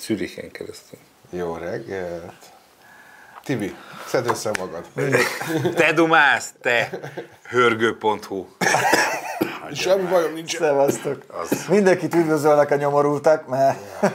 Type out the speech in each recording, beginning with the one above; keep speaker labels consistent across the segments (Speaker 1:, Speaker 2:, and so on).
Speaker 1: Zürichen keresztül.
Speaker 2: Jó reggelt! Tibi, szedd össze magad.
Speaker 1: Te dumálsz, te! Hörgő.hu
Speaker 2: Semmi bajom nincs.
Speaker 3: Szevasztok. Mindenkit üdvözölnek a nyomorultak, mert Hát-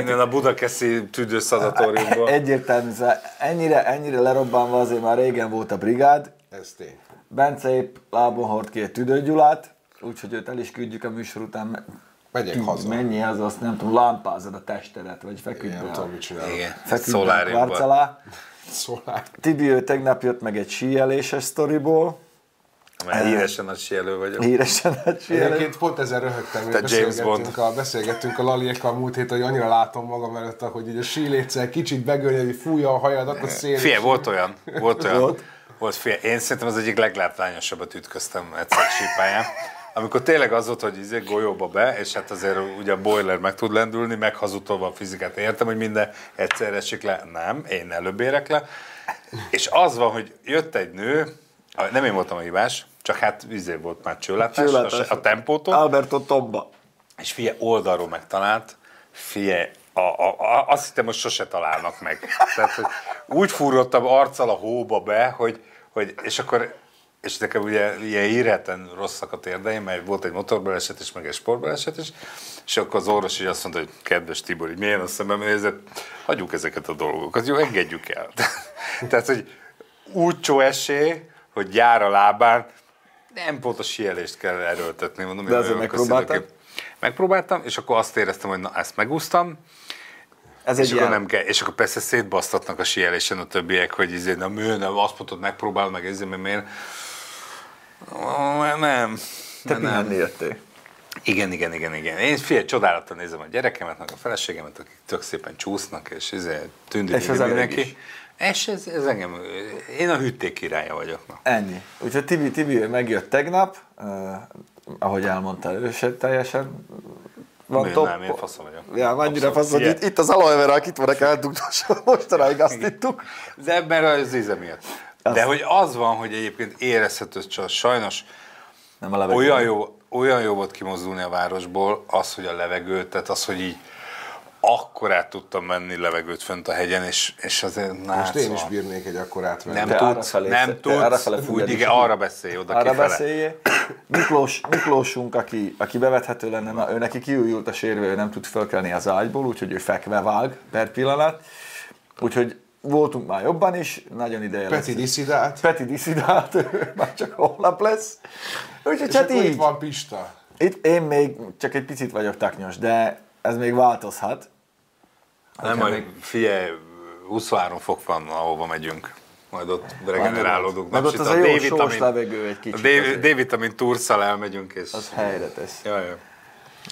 Speaker 1: Innen a budakeszi tüdőszadatóriumból.
Speaker 3: egyértelmű, szóval ennyire, ennyire lerobbanva azért már régen volt a brigád.
Speaker 2: Ez tény.
Speaker 3: Bence épp lábon hord ki egy tüdőgyulát, úgyhogy őt el is küldjük a műsor után. me-
Speaker 2: Megyek
Speaker 3: Tű-
Speaker 2: haza.
Speaker 3: Menjél haza, azt nem tudom, lámpázod a testedet, vagy feküdj
Speaker 2: Nem
Speaker 3: be.
Speaker 2: tudom, mit csinálok.
Speaker 1: Igen,
Speaker 3: Feküdj be a kvarc
Speaker 1: szoláriumban.
Speaker 3: alá.
Speaker 2: Szólál.
Speaker 3: Tibi, ő tegnap jött meg egy síeléses sztoriból.
Speaker 1: Mert híresen nagy sielő vagyok.
Speaker 3: Híresen egy síelés.
Speaker 2: Egyébként pont ezen röhögtem, hogy
Speaker 1: Te James
Speaker 2: beszélgettünk a, beszélgettünk a Laliékkal múlt héten, hogy annyira látom magam előtt, hogy így a síléccel kicsit begörnyed, hogy fújja a hajadat a szél. és-
Speaker 1: Fél, volt olyan. Volt olyan. Volt?
Speaker 3: Volt?
Speaker 1: volt fél. Én szerintem az egyik leglátványosabbat ütköztem egyszer sípáján. Amikor tényleg az volt, hogy izé golyóba be, és hát azért ugye a boiler meg tud lendülni, meg hazudtolva a fizikát. Értem, hogy minden egyszer esik le. Nem, én előbb érek le. És az van, hogy jött egy nő, a- nem én voltam a hibás, csak hát izé volt már csőlátás,
Speaker 3: Csőlátás.
Speaker 1: a, a tempótól.
Speaker 3: Alberto Tomba.
Speaker 1: És fie oldalról megtalált, fie, a, a, a, azt hittem, hogy sose találnak meg. Tehát, hogy úgy fúrottam arccal a hóba be, hogy, hogy és akkor, és nekem ugye ilyen írheten rosszak a térdeim, mert volt egy motorbaleset is, meg egy sportbaleset is, és akkor az orvos így azt mondta, hogy kedves Tibor, így milyen a szemem nézett, hagyjuk ezeket a dolgokat, jó, engedjük el. Tehát, hogy úgy csó esély, hogy jár a lábán, nem pont a sielést kell erőltetni, mondom,
Speaker 3: De azért
Speaker 1: jó, akkor
Speaker 3: megpróbáltad?
Speaker 1: szidok én. Megpróbáltam, és akkor azt éreztem, hogy na, ezt megúsztam,
Speaker 3: Ez
Speaker 1: és
Speaker 3: egy
Speaker 1: akkor,
Speaker 3: ilyen
Speaker 1: nem kell, és akkor persze szétbasztatnak a síelésen a többiek, hogy izé, na mű, nem, azt mondtad, megpróbál, meg ezért, mert miért? Ó, Nem.
Speaker 3: Te pihenni jöttél.
Speaker 1: Igen, igen, igen, igen. Én fél csodálattal nézem a gyerekemet, meg a feleségemet, akik tök szépen csúsznak, és izé, tündik
Speaker 3: És az elég is.
Speaker 1: mindenki. És ez, ez, engem, én a hűték királya vagyok. Na.
Speaker 3: Ennyi. Úgyhogy Tibi, Tibi ő megjött tegnap, uh, ahogy elmondta, ő se teljesen van
Speaker 1: Én
Speaker 3: top.
Speaker 1: nem, én faszom vagyok.
Speaker 3: Ja, mennyire
Speaker 1: Abszolút.
Speaker 3: faszom,
Speaker 1: Ilyen.
Speaker 3: itt, itt az aloe vera, akit van eldugdosva, mostanáig azt ittuk.
Speaker 1: De mert az íze miatt. De hogy az van, hogy egyébként érezhető, csak sajnos
Speaker 3: Nem a levegő.
Speaker 1: olyan jó, olyan jó volt kimozdulni a városból, az, hogy a levegő, tehát az, hogy így akkor át tudtam menni levegőt fönt a hegyen, és, és azért na,
Speaker 2: Most én is
Speaker 1: szóval
Speaker 2: bírnék egy akkorát venni.
Speaker 1: nem
Speaker 3: Te
Speaker 1: tudsz,
Speaker 3: arrafelé- te
Speaker 1: nem tudsz,
Speaker 3: arrafele
Speaker 1: úgy
Speaker 3: fújjad
Speaker 1: igen,
Speaker 3: is.
Speaker 1: arra beszélj oda
Speaker 3: Arra
Speaker 1: kifele.
Speaker 3: beszéljél. Miklós, Miklósunk, aki, aki bevethető lenne, na, ő neki kiújult a sérvő, ő nem tud fölkelni az ágyból, úgyhogy ő fekve vág per pillanat. Úgyhogy voltunk már jobban is, nagyon ideje
Speaker 2: Peti hát-
Speaker 3: lesz.
Speaker 1: Hát
Speaker 2: diszidált.
Speaker 3: Peti diszidált, ő már csak holnap lesz. Úgyhogy
Speaker 2: És
Speaker 3: hát
Speaker 2: akkor itt
Speaker 3: így.
Speaker 2: van Pista.
Speaker 3: Itt én még csak egy picit vagyok taknyos, de ez még változhat.
Speaker 1: Nem, majd figyelj, 23 fok van, ahova megyünk. Majd ott regenerálódunk.
Speaker 3: Meg ott
Speaker 1: napsüt.
Speaker 3: az a jó
Speaker 1: D-vitamin-
Speaker 3: sós levegő egy kicsit
Speaker 1: A D-
Speaker 3: azért.
Speaker 1: D-vitamin turszal elmegyünk, és...
Speaker 3: Az helyre tesz.
Speaker 1: Jaj, jaj.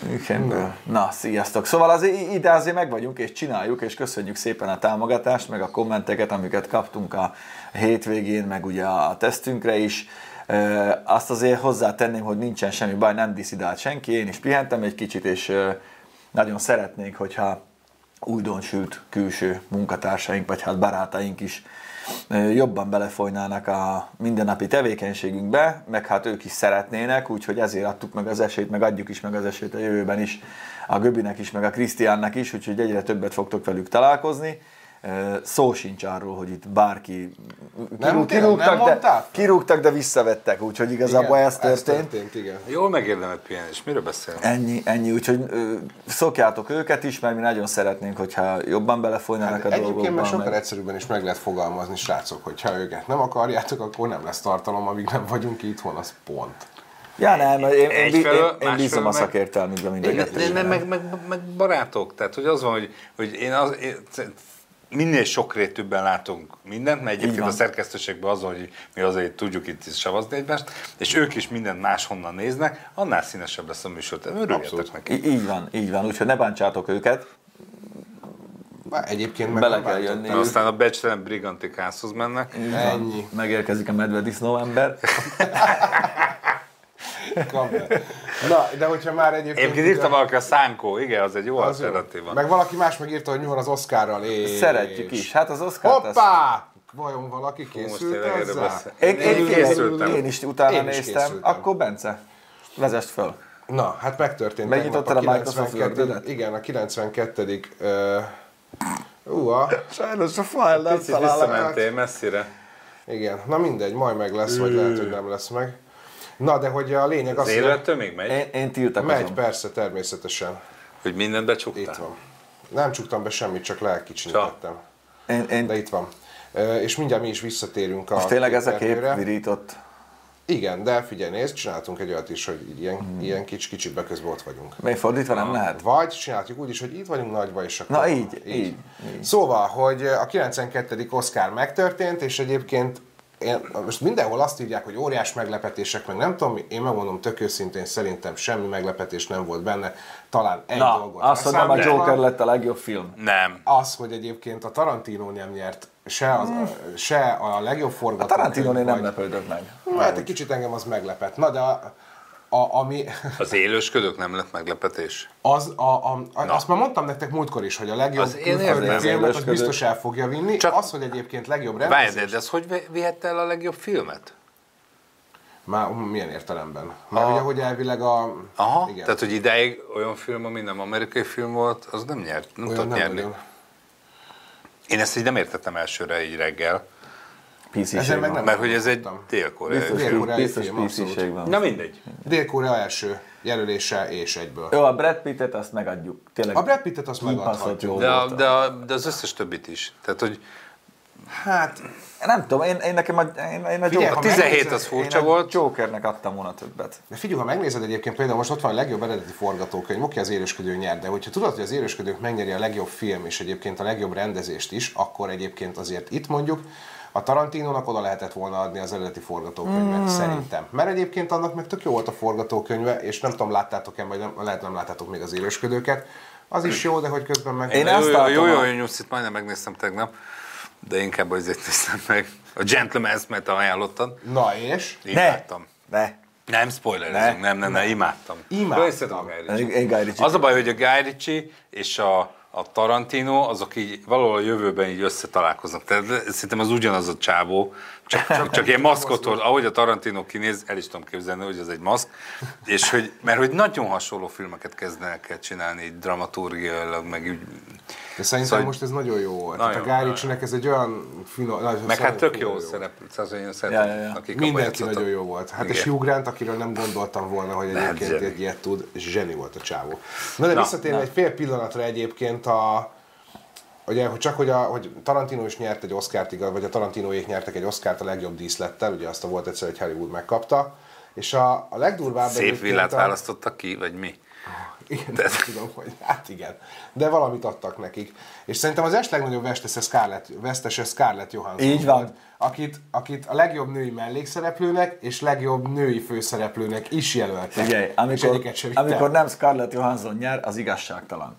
Speaker 3: Münchenből. Na, sziasztok! Szóval azért ide azért meg vagyunk és csináljuk, és köszönjük szépen a támogatást, meg a kommenteket, amiket kaptunk a hétvégén, meg ugye a tesztünkre is. Ö, Azt azért hozzátenném, hogy nincsen semmi baj, nem diszidált senki, én is pihentem egy kicsit, és ö, nagyon szeretnénk, hogyha újdonsült külső munkatársaink, vagy hát barátaink is ö, jobban belefolynának a mindennapi tevékenységünkbe, meg hát ők is szeretnének, úgyhogy ezért adtuk meg az esélyt, meg adjuk is meg az esélyt a jövőben is, a Göbinek is, meg a Krisztiánnak is, úgyhogy egyre többet fogtok velük találkozni. Ö, Szó sincs arról, hogy itt bárki
Speaker 2: Nem, tényleg, nem
Speaker 3: de,
Speaker 2: mondtátok?
Speaker 3: kirúgtak, de visszavettek, úgyhogy igazából
Speaker 2: Igen,
Speaker 3: ez történt.
Speaker 2: történt. igen.
Speaker 1: Jól megérdemelt pihenés, miről beszélünk?
Speaker 3: Ennyi, ennyi, úgyhogy ö, szokjátok őket is, mert mi nagyon szeretnénk, hogyha jobban belefolynának hát a
Speaker 2: Egyébként
Speaker 3: dolgokba.
Speaker 2: már sokkal
Speaker 3: meg-
Speaker 2: egyszerűbben is meg lehet fogalmazni, srácok, hogyha őket nem akarjátok, akkor nem lesz tartalom, amíg nem vagyunk itthon, az pont.
Speaker 3: Ja nem, én, én, én,
Speaker 1: Egyfelől,
Speaker 3: én, én
Speaker 1: másfelől
Speaker 3: bízom a
Speaker 1: meg-
Speaker 3: szakértelmükbe mind a
Speaker 1: Én, én,
Speaker 3: kettőben.
Speaker 1: meg, meg, meg- meg barátok, tehát hogy az van, hogy, hogy én, az, én minél sokrétűbben látunk mindent, mert
Speaker 3: Így
Speaker 1: egyébként
Speaker 3: van.
Speaker 1: a szerkesztőségben az, van, hogy mi azért tudjuk itt is savazni egymást, és ők is mindent máshonnan néznek, annál színesebb lesz a műsor. Tehát Örüljetek
Speaker 2: Abszolút.
Speaker 1: neki.
Speaker 3: Í- Így van, így van, úgyhogy ne bántsátok őket.
Speaker 2: Már egyébként meg
Speaker 3: Bele
Speaker 2: nem
Speaker 3: kell
Speaker 2: váltott.
Speaker 3: jönni.
Speaker 1: Mert aztán a becstelen brigantik házhoz mennek.
Speaker 2: Ennyi.
Speaker 3: Megérkezik a medvedisznó ember.
Speaker 2: Kapd el. Na, de hogyha már egyébként...
Speaker 1: Egyébként
Speaker 2: ugye-
Speaker 1: írta valaki a szánkó, igen, az egy jó
Speaker 2: az jó.
Speaker 1: alternatíva.
Speaker 2: Meg valaki más megírta, hogy nyúl az Oscarral, és...
Speaker 3: Szeretjük is. Hát az Oscar
Speaker 2: Hoppá! Vajon valaki
Speaker 1: most
Speaker 2: készült
Speaker 1: tényleg erre
Speaker 2: hozzá?
Speaker 1: beszél.
Speaker 3: Én, én,
Speaker 1: Én
Speaker 3: én,
Speaker 1: készültem.
Speaker 3: én, én is utána
Speaker 2: Én is
Speaker 3: néztem.
Speaker 2: készültem.
Speaker 3: Akkor Bence, vezest föl.
Speaker 2: Na, hát megtörtént.
Speaker 3: Megnyitottad
Speaker 2: tegnap
Speaker 3: a Microsoft
Speaker 2: 92.
Speaker 3: Wordet?
Speaker 2: Igen, a 92. ö, Uha,
Speaker 3: Sajnos a fájl nem
Speaker 1: Picit visszamentél messzire.
Speaker 2: igen. Na mindegy, majd meg lesz, vagy lehet, hogy nem lesz meg. Na, de hogy a lényeg
Speaker 1: Az
Speaker 2: az, hogy
Speaker 1: élettől még megy?
Speaker 3: Én, én tiltakozom.
Speaker 2: megy persze természetesen.
Speaker 1: Hogy mindent
Speaker 2: Itt
Speaker 1: becsuktál?
Speaker 2: van. Nem csuktam be semmit, csak lelkicsinyítettem.
Speaker 3: Én, én,
Speaker 2: De itt van. Ö, És mindjárt mi is visszatérünk a
Speaker 3: most tényleg ez a kép
Speaker 2: képernyőre.
Speaker 3: virított.
Speaker 2: Igen, de figyelj, nézd, csináltunk egy olyat is, hogy így ilyen, hmm. ilyen kicsi, kicsit beközben ott vagyunk.
Speaker 3: Még fordítva nem lehet?
Speaker 2: Vagy csináljuk úgy is, hogy itt vagyunk nagyba, és akkor...
Speaker 3: Na, így, így,
Speaker 2: Szóval, hogy a 92. Oscar megtörtént, és egyébként én, most mindenhol azt írják, hogy óriás meglepetések, meg nem tudom, mi. én megmondom tök őszintén, szerintem semmi meglepetés nem volt benne, talán egy
Speaker 3: Na,
Speaker 2: dolgot.
Speaker 3: azt, hogy nem a
Speaker 2: leszámítva.
Speaker 3: Joker lett a legjobb film.
Speaker 1: Nem.
Speaker 2: Az, hogy egyébként a Tarantino nem nyert se, az, se a legjobb
Speaker 3: Hmm. A
Speaker 2: forgatókönyv.
Speaker 3: Tarantino én nem
Speaker 2: vagy-
Speaker 3: lepődök meg.
Speaker 2: Hát egy kicsit engem az meglepett. Na de a, a, ami,
Speaker 1: Az élősködők nem lett meglepetés.
Speaker 2: az, a, a, a, azt már mondtam nektek múltkor is, hogy a legjobb
Speaker 1: Az én
Speaker 2: külföldi
Speaker 1: érzem,
Speaker 2: filmet az
Speaker 3: élősködök.
Speaker 2: biztos el fogja vinni. Csak
Speaker 1: Csak-
Speaker 2: az, hogy egyébként legjobb
Speaker 1: Várj,
Speaker 2: rendezés.
Speaker 1: de ez hogy vi- vihette el a legjobb filmet?
Speaker 2: Már hm, milyen értelemben? Már ugye, hogy elvileg a...
Speaker 1: Aha,
Speaker 2: Igen.
Speaker 1: Igen. tehát hogy ideig olyan film, ami nem amerikai film volt, az nem nyert, nem
Speaker 2: Olyan
Speaker 1: tudott
Speaker 2: nem
Speaker 1: nyerni.
Speaker 2: nagyon.
Speaker 1: Én ezt így nem értettem elsőre így reggel,
Speaker 3: Píziség
Speaker 2: Ezzel meg
Speaker 3: van.
Speaker 2: nem
Speaker 1: mert hogy ez egy
Speaker 2: tudtam.
Speaker 1: dél-koreai.
Speaker 3: Biztos,
Speaker 2: Dél-koreai
Speaker 3: biztos
Speaker 2: film, abszolút.
Speaker 3: píziség van.
Speaker 1: Na mindegy.
Speaker 2: Dél-Korea első jelölése és egyből.
Speaker 3: Jó, a Brad Pittet azt megadjuk. Tényleg
Speaker 2: A Brad Pittet azt
Speaker 3: kibaszott
Speaker 2: megadhatjuk.
Speaker 3: jó
Speaker 1: De, a,
Speaker 3: volt.
Speaker 1: de, a, de az összes többit is. Tehát, hogy
Speaker 2: Hát,
Speaker 3: Nem tudom, én, én nekem a, én, én a
Speaker 2: Figyelj,
Speaker 3: Joker...
Speaker 1: a
Speaker 2: ha
Speaker 1: 17 az
Speaker 2: megnézed,
Speaker 1: furcsa
Speaker 3: én a
Speaker 1: volt.
Speaker 3: Jokernek adtam volna többet.
Speaker 2: De figyelj, ha megnézed egyébként, például most ott van a legjobb eredeti forgatókönyv, oké, az élősködő nyer, de hogyha tudod, hogy az élősködők megnyeri a legjobb film és egyébként a legjobb rendezést is, akkor egyébként azért itt mondjuk a Tarantinónak oda lehetett volna adni az eredeti forgatókönyvet, mm. szerintem. Mert egyébként annak meg tök jó volt a forgatókönyve, és nem tudom, láttátok-e, vagy nem, lehet nem láttátok még az élősködőket. Az is jó, de hogy közben meg...
Speaker 3: Én
Speaker 1: Én
Speaker 3: azt
Speaker 1: jó, jó,
Speaker 3: látom
Speaker 1: jó,
Speaker 3: a-
Speaker 1: jó, jó, nyuszit, majdnem megnéztem tegnap, de inkább azért néztem meg. A Gentleman's, mert te ajánlottad.
Speaker 2: Na és?
Speaker 1: Imádtam.
Speaker 3: Ne.
Speaker 1: Nem spoilerezünk, nem, nem, nem, imádtam.
Speaker 2: Imádtam.
Speaker 1: Összetem a Guy Ritchie-t.
Speaker 3: Én, én Guy Ritchie.
Speaker 1: Az a baj, hogy a Guy Ritchie és a, a Tarantino, azok így valahol a jövőben így összetalálkoznak. Tehát szerintem az ugyanaz a csávó, csak, csak, csak ilyen maszkot hord, ahogy a Tarantino kinéz, el is tudom képzelni, hogy ez egy maszk, és hogy, mert hogy nagyon hasonló filmeket kezdenek el csinálni, így dramaturgiailag, meg úgy.
Speaker 2: De szerintem
Speaker 1: Szóval-
Speaker 2: most ez nagyon jó volt. Nagyon,
Speaker 1: Nagyon,
Speaker 2: Tehát a Guy
Speaker 1: nagyon.
Speaker 2: Ritchie-nek ez egy olyan finom...
Speaker 1: Meg hát tök jó szereplő, szóval én szeretem,
Speaker 3: Ja, ja, ja.
Speaker 1: akik abba
Speaker 2: Mindenki
Speaker 1: játszanak.
Speaker 2: nagyon jó volt. Hát és
Speaker 1: Igen.
Speaker 2: Hugh Grant, akiről nem gondoltam volna, hogy
Speaker 1: Lehet
Speaker 2: egyébként
Speaker 1: zseni.
Speaker 2: egy ilyet tud, zseni volt a csávó. Na de
Speaker 1: Na,
Speaker 2: visszatérve egy fél pillanatra egyébként a... Ugye, hogy csak hogy, a, hogy Tarantino is nyert egy Oscárt, igaz, vagy a Tarantinoék nyertek egy Oscárt a legjobb díszlettel, ugye azt a volt egyszer, hogy Hollywood megkapta, és a, a legdurvább
Speaker 1: Szép
Speaker 2: egyébként
Speaker 1: villát
Speaker 2: a-
Speaker 1: választottak ki, vagy mi?
Speaker 2: igen, nem tudom, hogy hát igen. De valamit adtak nekik. És szerintem az est legnagyobb vesztese Scarlett, vesztese Scarlett Johansson
Speaker 3: Így van.
Speaker 2: volt, akit, akit a legjobb női mellékszereplőnek és legjobb női főszereplőnek is jelöltek.
Speaker 3: Figyelj,
Speaker 2: és
Speaker 3: amikor,
Speaker 2: egyiket sem vitte.
Speaker 3: amikor nem Scarlett Johansson nyer, az igazságtalan.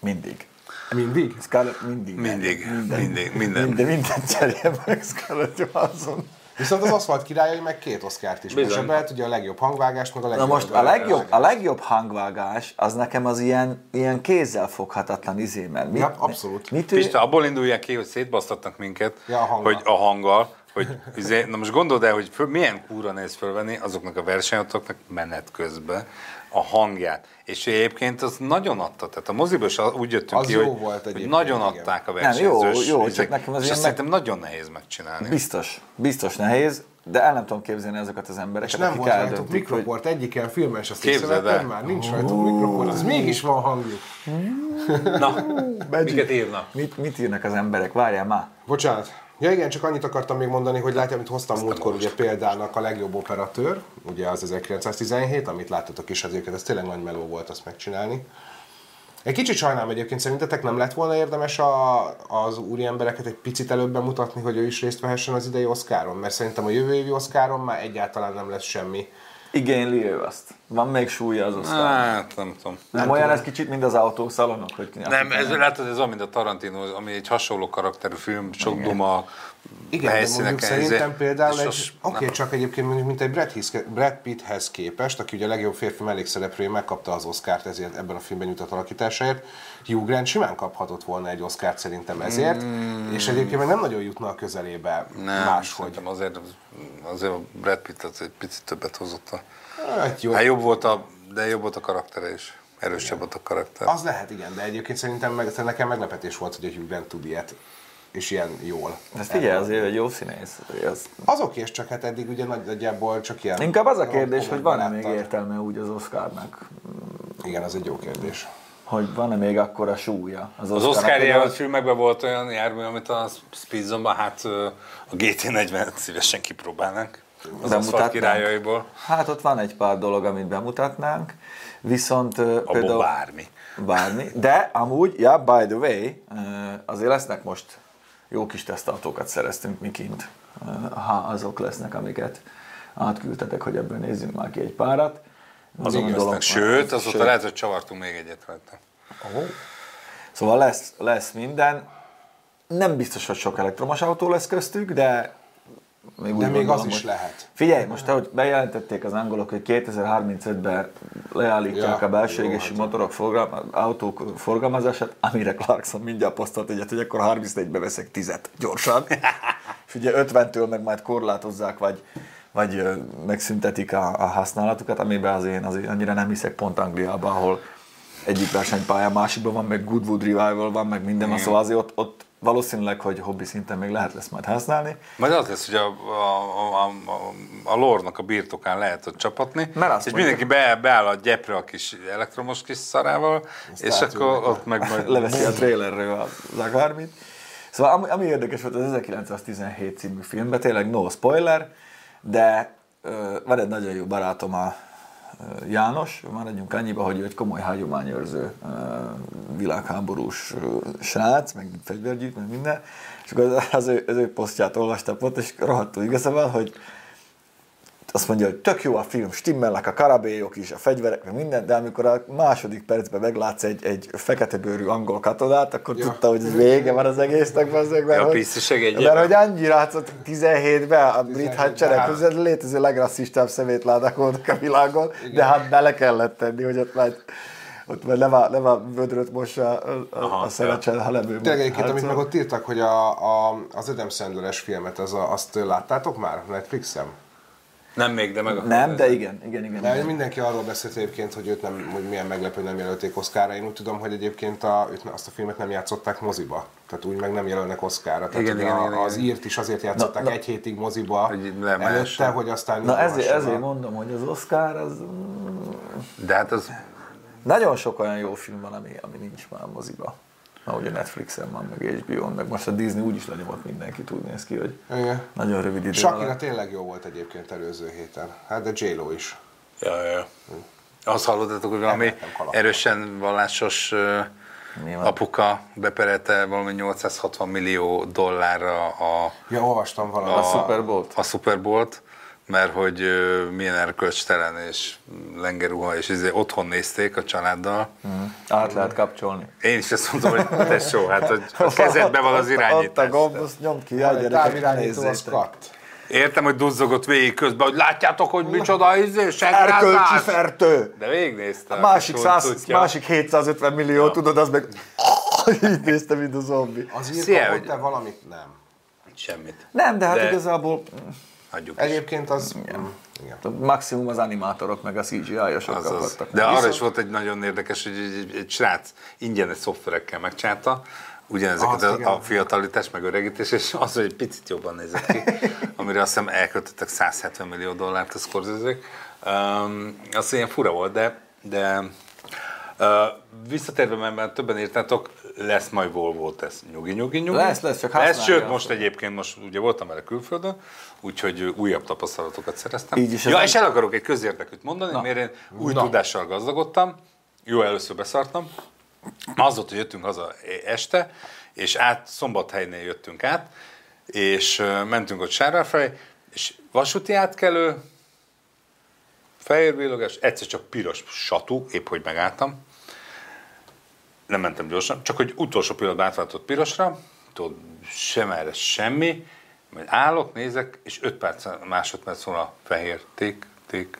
Speaker 3: Mindig.
Speaker 2: Mindig?
Speaker 3: Scarlett mindig. nyer.
Speaker 1: Mindig, mindig, minden.
Speaker 3: Minden, minden cserél meg Scarlett Johansson.
Speaker 2: Viszont az aszfalt királyai meg két oszkárt is.
Speaker 1: Bizony.
Speaker 2: Bizony. És lehet ugye a legjobb hangvágást, meg a
Speaker 3: Na
Speaker 2: legjobb
Speaker 3: most a legjobb, a legjobb hangvágás, az nekem az ilyen, ilyen kézzel foghatatlan izé, mert mit,
Speaker 2: Ja, abszolút.
Speaker 3: Mit ő,
Speaker 1: Pista, abból induljak ki, hogy szétbasztatnak minket,
Speaker 2: Ja, a hanggal.
Speaker 1: hogy a hanggal, hogy izé, na most gondold el, hogy föl, milyen kúra néz fölvenni azoknak a versenyautóknak menet közben a hangját. És egyébként az nagyon adta, tehát a moziból is úgy jöttünk
Speaker 2: Az
Speaker 1: ki,
Speaker 2: jó
Speaker 1: hogy,
Speaker 2: volt
Speaker 1: hogy
Speaker 2: egyébként,
Speaker 1: nagyon
Speaker 2: igen.
Speaker 1: adták a
Speaker 3: Nem, jó,
Speaker 1: versenyzős
Speaker 3: jó, csak
Speaker 1: izék,
Speaker 3: nekem az
Speaker 1: és
Speaker 3: ilyen
Speaker 1: azt
Speaker 3: meg-
Speaker 1: szerintem nagyon nehéz megcsinálni.
Speaker 3: biztos, biztos nehéz, de el nem tudom képzelni ezeket az embereket,
Speaker 2: és nem
Speaker 3: akik
Speaker 2: volt rajtuk
Speaker 3: eldöntik, hogy
Speaker 2: mikroport egyiken filmen, és azt
Speaker 1: Képzeld
Speaker 2: észrevetted
Speaker 1: el.
Speaker 2: már, nincs rajtuk mikroport, ez mégis van hangjuk.
Speaker 1: Na, miket írnak?
Speaker 3: mit, mit írnak az emberek, várjál már.
Speaker 2: Bocsánat. Ja igen, csak annyit akartam még mondani, hogy látja, amit hoztam múltkor, ugye példának a legjobb operatőr, ugye az 1917, amit láttatok is azért, ez tényleg nagy meló volt azt megcsinálni. Egy kicsit sajnálom egyébként, szerintetek nem lett volna érdemes a, az úri embereket egy picit előbb bemutatni, hogy ő is részt vehessen az idei oszkáron? Mert szerintem a jövő évi oszkáron már egyáltalán nem lesz semmi.
Speaker 3: Igényli ő azt. Van még súlya az osztály.
Speaker 1: Hát, nem tudom.
Speaker 3: Nem olyan ez kicsit, mint az autószalonok, hogy
Speaker 1: Nem, ez, látod, ez olyan, mint a Tarantino, ami egy hasonló karakterű film, sok duma,
Speaker 2: Igen, de mondjuk
Speaker 1: helyszíneken, izé,
Speaker 2: szerintem például
Speaker 1: és
Speaker 2: egy,
Speaker 1: az-
Speaker 2: oké, okay, csak egyébként mondjuk, mint egy Brad, Hisz, Brad Pitthez képest, aki ugye a legjobb férfi mellékszereplője megkapta az Oscárt ezért ebben a filmben nyújtott alakításáért, Hugh Grant simán kaphatott volna egy Oscárt szerintem ezért,
Speaker 3: Hmm.
Speaker 2: mm. és egyébként meg nem nagyon jutna a közelébe
Speaker 1: Nem,
Speaker 2: máshogy.
Speaker 1: szerintem azért, azért a Brad Pitt az egy picit többet hozott. A...
Speaker 2: Hát jó,
Speaker 1: Hát jobb volt a de jobb volt a karaktere is. Erősebb volt a karakter.
Speaker 2: Az lehet, igen, de egyébként szerintem meg, tehát nekem meglepetés volt, hogy a Hugh Grant tud ilyet, és ilyen jól.
Speaker 3: De figyelj, azért egy jó színész. azért Az...
Speaker 2: Azok és csak hát eddig ugye nagyjából csak ilyen...
Speaker 3: Inkább az a kérdés,
Speaker 2: olyan
Speaker 3: hogy van-e még
Speaker 2: láttad.
Speaker 3: értelme úgy az Oscarnak,
Speaker 2: Igen, az egy jó kérdés.
Speaker 3: hogy van-e még akkora súlya az
Speaker 1: Az
Speaker 3: Oscarnak.
Speaker 1: Oscar
Speaker 3: hogy
Speaker 1: jelölt filmekben volt olyan jármű, amit a Speedzomban, hát ö, a GT40 szívesen kipróbálnánk. Az aszfalt
Speaker 3: Bemutatnánk.
Speaker 1: királyaiból.
Speaker 3: Hát ott van egy pár dolog, amit bemutatnánk, viszont ö,
Speaker 1: Abból bármi.
Speaker 3: Bármi. De amúgy, ja, by the way, ö, azért lesznek most jó kis tesztautókat szereztünk mi kint. Ö, Ha azok lesznek, amiket átküldtetek, hogy ebből nézzünk már ki egy párat.
Speaker 1: Azok
Speaker 3: Gondolom-
Speaker 1: lesznek. Sőt, azóta lehet, hogy csavartunk még egyet rajta.
Speaker 3: Szóval lesz, lesz minden. Nem biztos, hogy sok elektromos autó lesz köztük, de még úgy
Speaker 2: De még
Speaker 3: gondolom,
Speaker 2: az is
Speaker 3: hogy-
Speaker 2: lehet.
Speaker 3: Figyelj, most ahogy bejelentették az angolok, hogy 2035-ben leállítják
Speaker 2: Ja,
Speaker 3: a belső
Speaker 2: jó,
Speaker 3: égési
Speaker 2: hát.
Speaker 3: motorok forgalma, autók forgalmazását, amire Clarkson mindjárt posztolt egyet, hogy akkor 34-be veszek 10 gyorsan. És ugye 50-től meg majd korlátozzák, vagy, vagy ö, megszüntetik a, a használatukat, amiben az én azért annyira nem hiszek pont Angliában, ahol egyik versenypályán, másikban van, meg Goodwood Revival van, meg minden, van, szóval azért ott, ott valószínűleg, hogy hobbi szinten még lehet lesz majd használni.
Speaker 1: Majd az lesz, hogy a, a, a, a, a lornak a birtokán lehet ott csapatni,
Speaker 3: Mert azt
Speaker 1: és
Speaker 3: mondja-
Speaker 1: mindenki be, beáll a gyepre a kis elektromos kis szarával, és akkor ott meg majd
Speaker 3: leveszi a trailerről az akármit. Szóval ami, ami érdekes volt az 1917 című filmben, tényleg no spoiler, de ö, van egy nagyon jó barátom a ö, János, maradjunk annyiba, hogy ő egy komoly hagyományőrző ö, világháborús ö, srác, meg fegyvergyűjt, meg minden, és akkor az, az, ő, az ő posztját olvastam ott, és rohadtul igaza van, hogy azt mondja, hogy tök jó a film, stimmelnek a karabélyok is, a fegyverek, meg minden, de amikor a második percben meglátsz egy, egy fekete bőrű angol katonát, akkor ja. tudta, hogy ez vége van az egésznek, bazzeg, mert,
Speaker 1: Ja,
Speaker 3: hogy-
Speaker 1: pisztiség egy-
Speaker 3: mert hogy annyira látszott 17-ben a brit
Speaker 2: 17-ben,
Speaker 3: hadsereg,
Speaker 2: hát.
Speaker 3: az a létező legrasszistább szemétládák voltak a világon, de hát bele kellett tenni, hogy ott már ott már nem a, nem a vödröt mossa a, a, a szemecsen, hanem ő
Speaker 2: Tényleg egyébként,
Speaker 3: hát,
Speaker 2: amit meg ott írtak, hogy a, a, az Adam Sandler-es filmet, az a, azt láttátok már Netflixen?
Speaker 1: Nem még, de meg
Speaker 3: Nem, de igen, igen, igen.
Speaker 2: De
Speaker 3: igen.
Speaker 2: mindenki arról beszélt egyébként, hogy őt nem, hogy milyen meglepő nem jelölték Oszkára. Én úgy tudom, hogy egyébként a, őt, azt a filmet nem játszották moziba. Tehát úgy meg nem jelölnek Oszkára. Tehát
Speaker 1: Igen,
Speaker 2: ugye
Speaker 1: igen,
Speaker 2: a,
Speaker 1: igen,
Speaker 2: az
Speaker 1: igen.
Speaker 2: írt is azért játszották
Speaker 3: na.
Speaker 2: egy hétig moziba
Speaker 1: Hogy nem
Speaker 2: előtte,
Speaker 1: essen.
Speaker 2: hogy aztán...
Speaker 3: Na ezért,
Speaker 2: nyilvánosra.
Speaker 3: ezért mondom, hogy az Oscar az
Speaker 1: De hát az
Speaker 3: Nagyon sok olyan jó film van, ami, ami nincs már moziba. Na ugye Netflixen van, meg HBO-n, meg most a Disney úgyis lenyomott mindenkit, úgy néz ki, hogy
Speaker 2: Igen.
Speaker 3: nagyon rövid idő
Speaker 2: Shakira
Speaker 3: alatt.
Speaker 2: tényleg jó volt egyébként előző héten. Hát de J-Lo is.
Speaker 1: Ja, ja, ja. Azt hallottatok, hogy valami
Speaker 2: Elmentem kalapra.
Speaker 1: erősen vallásos ö,
Speaker 3: Mi van?
Speaker 1: apuka beperelte valami 860 millió dollárra a,
Speaker 2: Ja, olvastam valamit.
Speaker 3: A Super Bowl-t.
Speaker 1: a Super Bowl-t, mert hogy ö, milyen erkölcstelen és lengeruha, és izé otthon nézték a családdal.
Speaker 3: Át lehet kapcsolni.
Speaker 1: Én is azt mondom, hogy tesó, hát hogy a kezedben van az
Speaker 3: Ott a
Speaker 1: irányítás.
Speaker 3: gomb, azt nyomd ki, jaj, gyerekek,
Speaker 2: távirányító az
Speaker 3: nézzétek.
Speaker 2: katt.
Speaker 1: Értem, hogy duzzogott végig közben, hogy látjátok, hogy micsoda izé,
Speaker 3: Erkölcsi
Speaker 1: segrázás.
Speaker 3: fertő!
Speaker 1: De végignéztem.
Speaker 3: A másik,
Speaker 1: és
Speaker 3: 100,
Speaker 1: tudja.
Speaker 3: másik 750 millió, tudod, az meg így nézte, mint a zombi.
Speaker 2: Az
Speaker 1: Szia,
Speaker 2: írta, hogy
Speaker 1: hogy-
Speaker 2: te valamit nem.
Speaker 1: Semmit.
Speaker 3: Nem, de hát
Speaker 1: De-
Speaker 3: igazából
Speaker 1: Hagyjuk is.
Speaker 2: Egyébként az... Mm, Igen.
Speaker 3: maximum az animátorok meg a CGI-osok
Speaker 1: Azaz.
Speaker 3: kaphattak.
Speaker 1: De arra is volt egy nagyon érdekes, hogy egy, egy, egy srác ingyenes szoftverekkel megcsinálta, ugyanezeket
Speaker 2: Azt
Speaker 3: Ah,
Speaker 2: igen.
Speaker 1: a, a fiatalítás, meg öregítés, és az, hogy egy picit jobban nézett ki, amire azt hiszem elköltöttek 170 millió dollárt a scorsese um, Az ilyen fura volt, de, de uh, visszatérve, mert már többen írtátok, lesz majd Volvo tesz. Nyugi, nyugi, nyugi.
Speaker 3: Lesz, lesz, csak
Speaker 1: lesz,
Speaker 3: használja
Speaker 1: sőt,
Speaker 3: azt.
Speaker 1: most egyébként most ugye voltam vele külföldön, úgyhogy újabb tapasztalatokat szereztem.
Speaker 3: Így is ez
Speaker 1: ja,
Speaker 3: nem-
Speaker 1: és el akarok egy közérdekűt mondani, Na. mert én új Na. tudással gazdagodtam. Jó, először beszartam. Az volt, hogy jöttünk haza este, és át Szombathelynél jöttünk át, és ö, mentünk ott Sárvárfelé, és vasúti átkelő, fehér villogás, egyszer csak piros satú, épp hogy megálltam. Nem mentem gyorsan, csak hogy utolsó pillanatban átváltott pirosra, tudod, sem erre semmi, majd állok, nézek, és 5 perc másodperc van a fehér, tik, tik,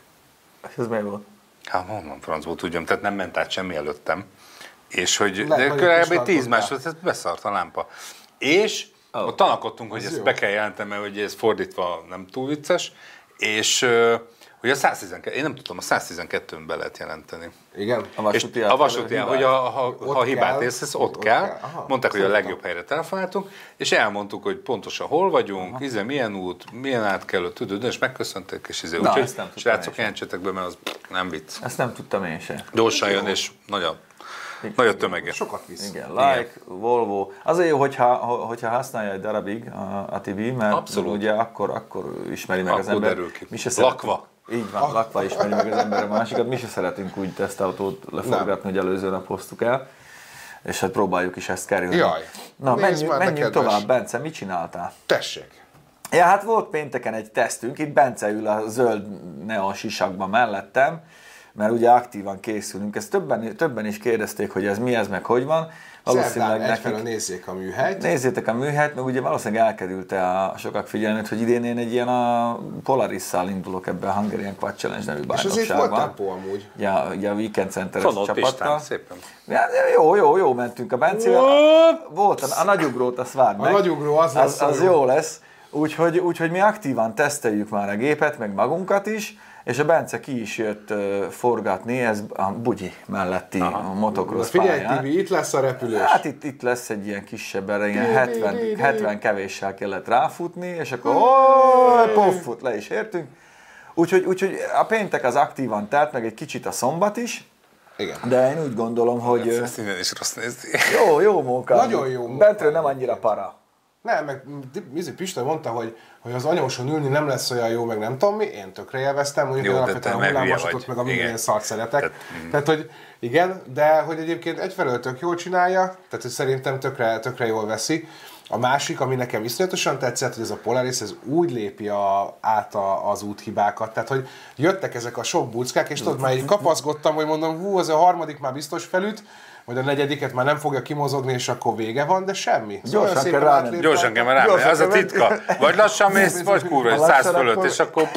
Speaker 3: Ez mi volt?
Speaker 1: Hát honnan francból tudjam, tehát nem ment át semmi előttem. És hogy
Speaker 2: Lehet,
Speaker 1: de
Speaker 2: hogy
Speaker 1: körülbelül
Speaker 2: ott
Speaker 1: egy
Speaker 2: is
Speaker 1: 10
Speaker 2: tartották.
Speaker 1: másodperc, beszart a lámpa. És oh. ott tanakodtunk, hogy ezt
Speaker 2: jó.
Speaker 1: be kell jelentem, mert ugye ez fordítva nem túl vicces, és ö, Ugye a 112, én nem tudom, a 112-n be lehet jelenteni.
Speaker 2: Igen?
Speaker 3: A
Speaker 1: És
Speaker 3: vasúti
Speaker 1: a vasúti, hogy a, ha,
Speaker 2: Ott
Speaker 1: ha hibát
Speaker 2: kell.
Speaker 1: észhez, ott,
Speaker 2: Ott
Speaker 1: kell.
Speaker 2: kell. Aha,
Speaker 1: Mondták, hogy a
Speaker 2: szerintem.
Speaker 1: legjobb helyre telefonáltunk, és elmondtuk, hogy pontosan hol vagyunk, izé, milyen út, milyen átkelő, tudod, és megköszöntek, és izé,
Speaker 3: Na,
Speaker 1: úgyhogy
Speaker 3: ezt nem tudtam én
Speaker 1: srácok,
Speaker 3: sem.
Speaker 1: jelentsetek be, mert az nem vicc.
Speaker 3: Ezt nem tudtam én sem.
Speaker 1: Gyorsan jön, és nagy a, nagy a tömege.
Speaker 2: Sokat visz.
Speaker 3: Igen, like, Volvo. Azért jó, hogyha, hogyha használja egy darabig a, a Tibi, mert
Speaker 1: Abszolút.
Speaker 3: ugye akkor, akkor ismeri meg az
Speaker 1: Akkor
Speaker 3: ember.
Speaker 1: derül ki.
Speaker 3: Mi se
Speaker 1: Lakva.
Speaker 3: szeretünk- Így van, lakva ismeri meg az ember a másikat. Mi se szeretünk úgy tesztautót leforgatni, hogy előző nap hoztuk el. És hát próbáljuk is ezt kerülni.
Speaker 2: Jaj.
Speaker 3: Na,
Speaker 2: Nézd
Speaker 3: menjünk,
Speaker 2: már, de
Speaker 3: menjünk
Speaker 2: kedves.
Speaker 3: tovább. Bence, mit csináltál?
Speaker 2: Tessék.
Speaker 3: Ja, hát volt pénteken egy tesztünk, itt Bence ül a zöld neon sisakban mellettem, mert ugye aktívan készülünk. Ezt többen, többen is kérdezték, hogy ez mi ez, meg hogy van. Valószínűleg
Speaker 2: Szerdán egyfelől
Speaker 3: nekik...
Speaker 2: nézzék a műhelyt.
Speaker 3: Nézzétek a műhelyt, meg ugye valószínűleg elkerülte a sokak figyelmét, hogy idén én egy ilyen a Polaris-szal indulok ebbe a Hungarian Quad Challenge nevű
Speaker 2: És
Speaker 3: bajnokságban.
Speaker 2: azért volt tempó amúgy.
Speaker 3: Ugye, a- ugye a Weekend Center
Speaker 1: Fonol
Speaker 3: csapattal.
Speaker 1: Pistán, szépen.
Speaker 3: Ja, jó, jó, jó mentünk a Bencével. Volt, a, a nagyugrót azt várd meg.
Speaker 2: nagyugró, az
Speaker 3: az,
Speaker 2: lesz
Speaker 3: az
Speaker 2: a jó.
Speaker 3: jó lesz. Úgyhogy, úgyhogy mi aktívan teszteljük már a gépet, meg magunkat is, és a Bence ki is jött uh, forgatni, ez a bugyi melletti Aha.
Speaker 2: Na
Speaker 3: motocross
Speaker 2: figyelj,
Speaker 3: pályán.
Speaker 2: Tibi, itt lesz a repülés.
Speaker 3: Hát itt, itt lesz egy ilyen kisebb erre, ilyen 70, 70 kevéssel kellett ráfutni, és akkor ó, puffut, le is értünk. Úgyhogy, úgyhogy a péntek az aktívan telt, meg egy kicsit a szombat is,
Speaker 2: Igen.
Speaker 3: de én úgy gondolom, hogy ö,
Speaker 1: Ezt innen is rossz nézni.
Speaker 3: jó, jó munka.
Speaker 2: Nagyon jó munka.
Speaker 3: Bentről nem annyira para.
Speaker 2: Nem, meg Mizi Pista mondta, hogy, hogy az anyóson ülni nem lesz olyan jó, meg nem tudom mi, én tökre élveztem, mondjuk
Speaker 1: Jó,
Speaker 2: én
Speaker 1: de
Speaker 2: alapvetően
Speaker 1: te
Speaker 2: a
Speaker 1: meg hülye
Speaker 2: hullámvasatot,
Speaker 1: vagy.
Speaker 2: meg a minden
Speaker 1: Igen.
Speaker 2: szart szeretek. Tehát,
Speaker 1: Tehát, mm.
Speaker 2: tehát, hogy igen, de hogy egyébként egyfelől tök jól csinálja, tehát hogy szerintem tökre, tökre jól veszi. A másik, ami nekem iszonyatosan tetszett, hogy ez a Polaris ez úgy lépi a, át a, az úthibákat. Tehát, hogy jöttek ezek a sok buckák, és tudod, már így kapaszkodtam, hogy mondom, hú, az a harmadik már biztos felüt, vagy a negyediket már nem fogja kimozogni, és akkor vége van, de semmi.
Speaker 3: Gyorsan
Speaker 2: olyan szépen
Speaker 3: kell rámenni.
Speaker 2: átlépte.
Speaker 1: Gyorsan kell már
Speaker 3: Gyorsan
Speaker 1: rámenni, az a
Speaker 3: kell
Speaker 1: titka. Vagy lassan mész, vagy kurva,
Speaker 3: Ha
Speaker 1: és száz
Speaker 3: lassan,
Speaker 1: fölött,
Speaker 3: akkor-
Speaker 1: és akkor,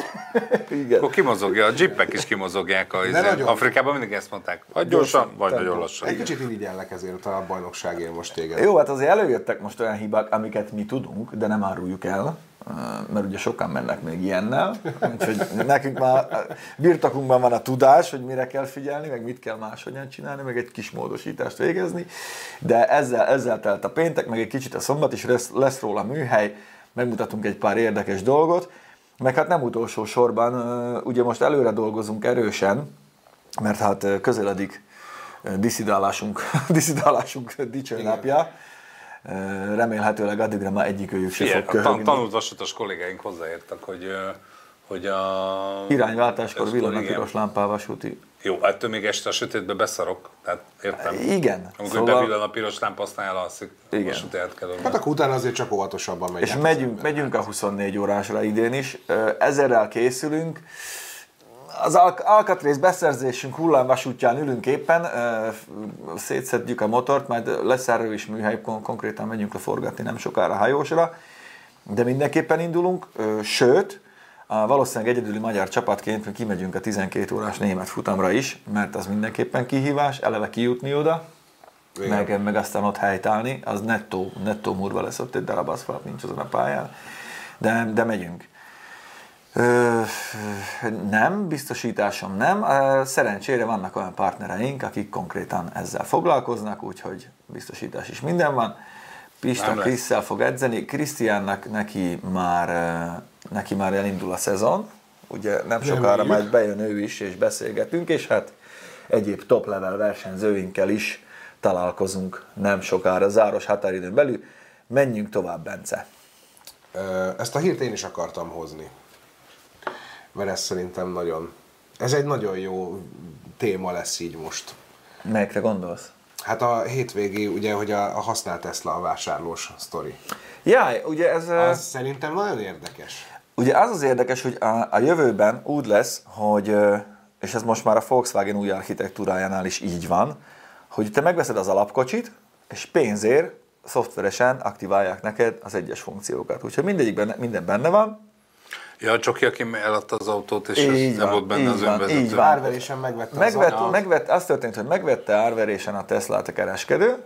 Speaker 3: Igen.
Speaker 1: akkor kimozogja, a jeepek is kimozogják. A, izé.
Speaker 2: nagyon.
Speaker 1: Afrikában mindig ezt mondták, vagy gyorsan, vagy nagyon lassan.
Speaker 2: Egy kicsit irigyellek ezért a bajnokságért most téged.
Speaker 3: Jó, hát azért előjöttek most olyan hibák, amiket mi tudunk, de nem áruljuk el, ö, mert ugye sokan mennek még ilyennel, úgyhogy nekünk már ö, birtokunkban van a tudás, hogy mire kell figyelni, meg mit kell máshogyan csinálni, meg egy kis módosítást végezni, de ezzel, ezzel telt a péntek, meg egy kicsit a szombat is lesz, lesz róla műhely, megmutatunk egy pár érdekes dolgot, meg hát nem utolsó sorban, ö, ugye most előre dolgozunk erősen, mert hát ö, közeledik ö, diszidálásunk, diszidálásunk dicsőnapja. Ö, Remélhetőleg addigra már egyikőjük se fog
Speaker 1: Ilyen, a tan-
Speaker 3: köhögni.
Speaker 1: tanult vasutas kollégáink hozzáértek, hogy, ö, hogy a...
Speaker 3: Irányváltáskor
Speaker 1: Közben,
Speaker 3: villan a
Speaker 1: igen.
Speaker 3: piros lámpával súti.
Speaker 1: Jó, ettől még este a sötétbe beszarok, tehát értem.
Speaker 3: Igen,
Speaker 1: Amikor
Speaker 3: szóval-
Speaker 1: szóval... bevillan a piros lámpa, aztán elalszik.
Speaker 3: Igen.
Speaker 1: Igen. Most kell
Speaker 2: Hát akkor utána azért csak óvatosabban megy.
Speaker 3: És megyünk, megyünk a 24 órásra idén is, Ö, ezerrel készülünk. Az Al- Alcatrész beszerzésünk hullámvasútján ülünk éppen, ö, f- szétszedjük a motort, majd lesz erről is műhely, kon- konkrétan megyünk leforgatni nem sokára hajósra, de mindenképpen indulunk, Ö, sőt, a valószínűleg egyedüli magyar csapatként mi kimegyünk a 12 órás német futamra is, mert az mindenképpen kihívás, eleve kijutni oda,
Speaker 2: Igen.
Speaker 3: meg, meg aztán ott helytállni, az nettó, nettó murva lesz ott, egy darab aszfalt nincs azon a pályán, de, de megyünk. Ö, nem, biztosításom nem. Ö, Szerencsére vannak olyan partnereink, akik konkrétan ezzel foglalkoznak, úgyhogy biztosítás is minden van. Pista
Speaker 1: Nem lesz.
Speaker 3: Krisszel fog edzeni. Krisztiánnak neki már, ö, neki már elindul a szezon. Ugye nem sokára
Speaker 2: Reméljük.
Speaker 3: majd bejön ő is, és beszélgetünk, és hát egyéb top level versenyzőinkkel is találkozunk nem sokára, záros határidőn belül. Menjünk tovább, Bence.
Speaker 2: Ö, Ezt a hírt én is akartam hozni. Mert ez szerintem nagyon... Ez egy nagyon jó téma lesz így most.
Speaker 3: Melyikre gondolsz?
Speaker 2: Hát a hétvégi, ugye, hogy a, a használt Tesla a vásárlós sztori.
Speaker 3: Jaj, ugye ez... ö,
Speaker 2: Ez szerintem nagyon érdekes.
Speaker 3: Ugye az az érdekes, hogy a, a jövőben úgy lesz, hogy, ö, és ez most már a Volkswagen új architektúrájánál is így van, hogy te megveszed az alapkocsit, és pénzért szoftveresen aktiválják neked az egyes funkciókat. Úgyhogy mindegyikben minden benne van.
Speaker 1: Ja, csak ki, aki eladta az autót, és
Speaker 3: Így
Speaker 1: ez
Speaker 3: van,
Speaker 1: nem volt
Speaker 3: így
Speaker 1: benne az
Speaker 3: van,
Speaker 1: önvezető.
Speaker 3: így van.
Speaker 2: Árverésen megvette az
Speaker 3: Megvett,
Speaker 2: anyag.
Speaker 3: megvett, az történt, hogy megvette árverésen a Teslát a kereskedő,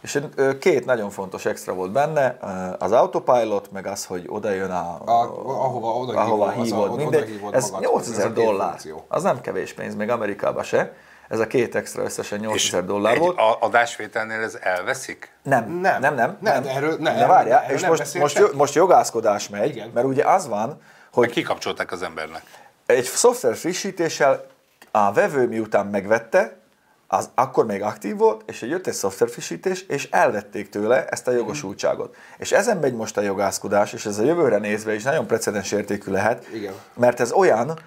Speaker 3: És ö, két nagyon fontos extra volt benne, az autopilot, meg az, hogy oda jön a,
Speaker 2: A- ahova oda
Speaker 3: ahova
Speaker 2: hívod, az a-
Speaker 3: hívod,
Speaker 2: oda
Speaker 3: mindegy.
Speaker 2: hívod
Speaker 3: ez
Speaker 2: magad.
Speaker 3: 8000
Speaker 2: Ez a két
Speaker 3: dollár.
Speaker 2: funkció.
Speaker 3: Az nem kevés pénz, még Amerikában se. Ez a két extra összesen 8000 dollár
Speaker 1: egy
Speaker 3: volt.
Speaker 1: a- adásvételnél ez elveszik?
Speaker 3: Nem, nem,
Speaker 2: Nem.
Speaker 3: nem, nem.
Speaker 2: Nem, de erről- nem,
Speaker 3: de várjál,
Speaker 2: erről
Speaker 3: és
Speaker 2: nem
Speaker 3: most,
Speaker 2: beszéltek.
Speaker 3: most, jo- most jogászkodás megy, Igen.
Speaker 2: Igen.
Speaker 3: mert ugye az van, hogy
Speaker 1: Kikapcsolták az embernek.
Speaker 3: egy szoftver frissítéssel a vevő miután megvette, az akkor még aktív volt, és jött egy szoftver frissítés, és elvették tőle ezt a jogosultságot. És ezen megy most a jogászkodás, és ez a jövőre nézve is nagyon precedens értékű lehet,
Speaker 2: Igen.
Speaker 3: mert ez olyan,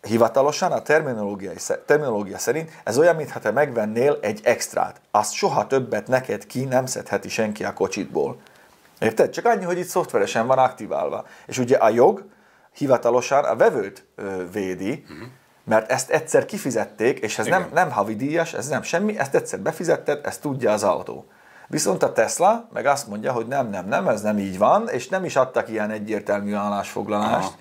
Speaker 3: hivatalosan a terminológiai, sze- terminológia szerint ez olyan, mintha te megvennél egy extrát. Azt soha többet neked ki nem szedheti senki a kocsitból. Érted? Csak annyi, hogy itt szoftveresen van aktiválva. És ugye a jog hivatalosan a vevőt ö, védi, mert ezt egyszer kifizették, és ez nem,
Speaker 1: Mhm. Igen.
Speaker 3: nem havidíjas, ez nem semmi, ezt egyszer befizetted, ezt tudja az autó. Viszont a Tesla meg azt mondja, hogy nem, nem, nem, ez nem így van, és nem is adtak ilyen egyértelmű állásfoglalást,
Speaker 1: Aha.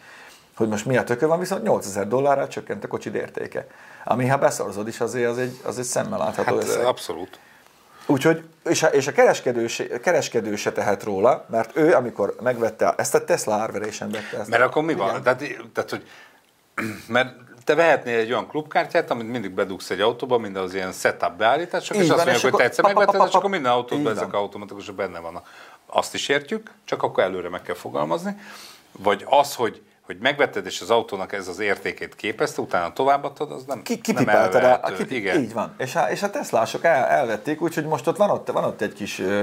Speaker 3: hogy most mi a tökő van, viszont 8000 dollárra csökkent a kocsid értéke. Ami ha beszorzod is, azért az egy, az egy szemmel látható
Speaker 1: Hát ez
Speaker 3: összeg.
Speaker 1: abszolút.
Speaker 3: Úgyhogy, és a, és a kereskedő, se, kereskedő se tehet róla, mert ő, amikor megvette ezt a Tesla árverésen vette ezt.
Speaker 1: Mert akkor mi van? Tehát, tehát, hogy, mert te vehetnél egy olyan klubkártyát, amit mindig bedugsz egy autóba, minden az ilyen setup beállítások,
Speaker 3: Így
Speaker 1: és
Speaker 3: van,
Speaker 1: azt
Speaker 3: és
Speaker 1: mondják, hogy
Speaker 3: akkor
Speaker 1: te egyszer
Speaker 3: pa, pa, pa,
Speaker 1: megvetted, és
Speaker 3: pa,
Speaker 1: akkor minden
Speaker 3: így
Speaker 1: autóban
Speaker 3: van.
Speaker 1: ezek automatikusan benne vannak. Azt is értjük, csak akkor előre meg kell fogalmazni. Vagy az, hogy hogy megvetted, és az autónak ez az értékét képezte, utána továbbadtad, az nem,
Speaker 3: Ki,
Speaker 1: nem
Speaker 3: kipipelted el,
Speaker 1: elvehető.
Speaker 3: kipi-
Speaker 1: Igen.
Speaker 3: Így van. És a, és a Teslások el, elvették, úgyhogy most ott van ott, van ott egy kis ö,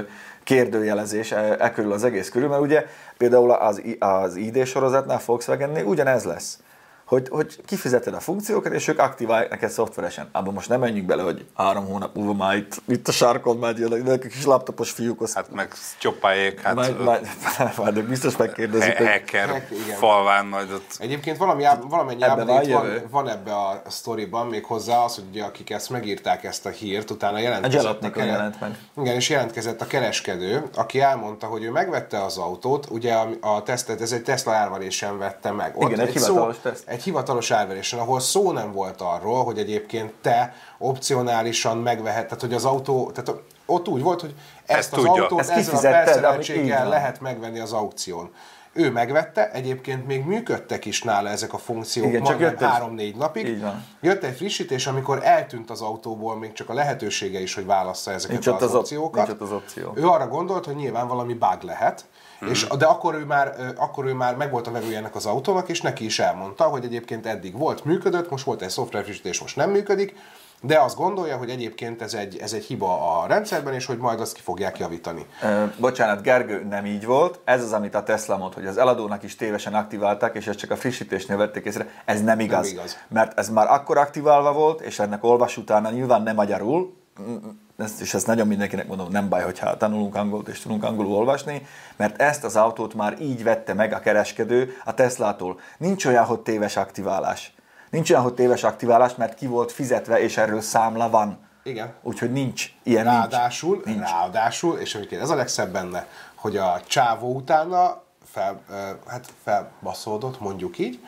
Speaker 3: kérdőjelezés e, e körül az egész körül, mert ugye például az, I- az ID sorozatnál Volkswagennél ugyanez lesz. Hogy, hogy kifizeted a funkciókat, és ők aktiválják neked szoftveresen. Abban most nem menjünk bele, hogy három hónap múlva már itt, itt a sárkon már jönnek a kis laptopos fiúkhoz. Hát,
Speaker 1: Hát meg csoppáljék, hát E-
Speaker 3: majd,
Speaker 1: majd,
Speaker 3: majd, majd, ők biztos megkérdezik, hogy
Speaker 1: hacker
Speaker 2: Hack, igen.
Speaker 1: falván majd ott
Speaker 2: Egyébként valami, valamennyi
Speaker 3: Ebben van
Speaker 2: update van,
Speaker 3: jövő.
Speaker 2: van, ebbe a sztoriban, még hozzá az, hogy ugye akik ezt megírták ezt a hírt, utána jelentkezett.
Speaker 3: Jalapnikon
Speaker 2: kere-
Speaker 3: jelent meg.
Speaker 2: Igen, és jelentkezett a kereskedő, aki elmondta, hogy ő megvette az autót, ugye a, a tesztet, ez egy Tesla árverésen vette meg.
Speaker 3: Igen, egy hivatalos teszt.
Speaker 2: Egy hivatalos árverésen, ahol szó nem volt arról, hogy egyébként te opcionálisan megvehet, tehát hogy az autó, tehát ott úgy volt, hogy ezt,
Speaker 1: Ezt
Speaker 2: az
Speaker 1: tudja.
Speaker 2: autót
Speaker 3: Ezt
Speaker 2: ezzel a
Speaker 3: kifizetted, amit így
Speaker 2: perszereltséggel
Speaker 3: van.
Speaker 2: lehet lehet megvenni az aukción. Ő megvette, egyébként még működtek is nála ezek a funkciók
Speaker 3: Igen,
Speaker 2: Igen,
Speaker 3: csak
Speaker 2: majdnem
Speaker 3: jött egy-
Speaker 2: három-négy napig.
Speaker 3: Így van.
Speaker 2: Jött egy frissítés, amikor eltűnt az autóból még csak a lehetősége is, hogy válassza ezeket
Speaker 3: Nincs ott
Speaker 2: az,
Speaker 3: az op-
Speaker 2: opciókat.
Speaker 3: nincs ott az opció.
Speaker 2: Ő arra gondolt, hogy nyilván valami bug lehet, és, de akkor ő, már, ö, akkor ő már megvolt a vevője ennek az autónak, és neki is elmondta, hogy egyébként eddig volt, működött, most volt egy szoftverfrissítés, most nem működik, de azt gondolja, hogy egyébként ez egy, ez egy hiba a rendszerben, és hogy majd azt ki fogják javítani.
Speaker 3: Ö, bocsánat, Gergő, nem így volt. Ez az, amit a Tesla mond, hogy az eladónak is tévesen aktiválták, és ezt csak a frissítésnél vették észre. Ez nem igaz.
Speaker 2: Nem igaz.
Speaker 3: Mert ez már akkor aktiválva volt, és ennek olvas utána nyilván nem magyarul, Mm, ezt, és ezt nagyon mindenkinek mondom, nem baj, hogyha tanulunk angolt és tudunk angolul olvasni, mert ezt az autót már így vette meg a kereskedő a Teslától. Nincs olyan, hogy téves aktiválás. Nincs olyan, hogy téves aktiválás, mert ki volt fizetve, és erről számla van.
Speaker 2: Igen.
Speaker 3: Úgyhogy nincs. Ilyen
Speaker 2: Ráadásul,
Speaker 3: nincs. nincs.
Speaker 2: ráadásul, és egyébként ez a legszebb benne, hogy a csávó utána fel, ö, hát felbaszódott, mondjuk így,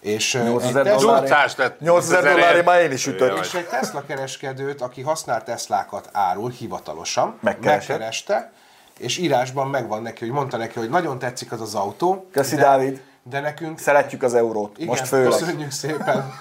Speaker 2: és, ö, egy
Speaker 3: 8000
Speaker 2: Tesla,
Speaker 3: dollár.
Speaker 1: Durcás lett.
Speaker 3: 8000
Speaker 1: ezerért.
Speaker 3: dollárért már én is ütök.
Speaker 1: Jaj.
Speaker 2: és egy Tesla kereskedőt, aki használ Teslákat árul hivatalosan,
Speaker 3: Megkeresett.
Speaker 2: megkereste, és írásban megvan neki, hogy mondta neki, hogy nagyon tetszik az az autó.
Speaker 3: Köszi,
Speaker 2: de-
Speaker 3: Dávid.
Speaker 2: De nekünk
Speaker 3: Szeretjük az eurót,
Speaker 2: Igen,
Speaker 3: most főleg.
Speaker 2: köszönjük szépen.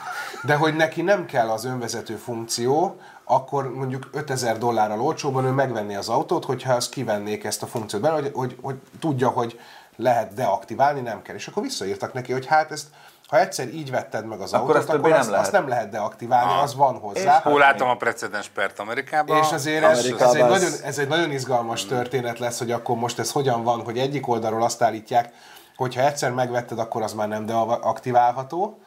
Speaker 2: De hogy neki nem kell az önvezető funkció, akkor mondjuk 5000 dollárral olcsóban ő megvenné az autót, hogyha ezt kivennék ezt a funkciót belőle, hogy, hogy, hogy tudja, hogy lehet deaktiválni, nem kell. És akkor visszaírtak neki, hogy hát ezt, ha egyszer így vetted meg az
Speaker 3: Akkor
Speaker 2: autót,
Speaker 3: ezt
Speaker 2: akkor
Speaker 3: többé nem
Speaker 2: azt,
Speaker 3: lehet.
Speaker 2: azt nem lehet deaktiválni, az van hozzá.
Speaker 3: Hát,
Speaker 1: Hú, látom a precedens pert Amerikában.
Speaker 2: És azért ez, ez,
Speaker 3: Amerikában
Speaker 2: egy
Speaker 3: ez-
Speaker 2: nagyon, ez egy nagyon izgalmas történet lesz, hogy akkor most ez hogyan van, hogy egyik oldalról azt állítják, hogy ha egyszer megvetted, akkor az már nem deaktiválható,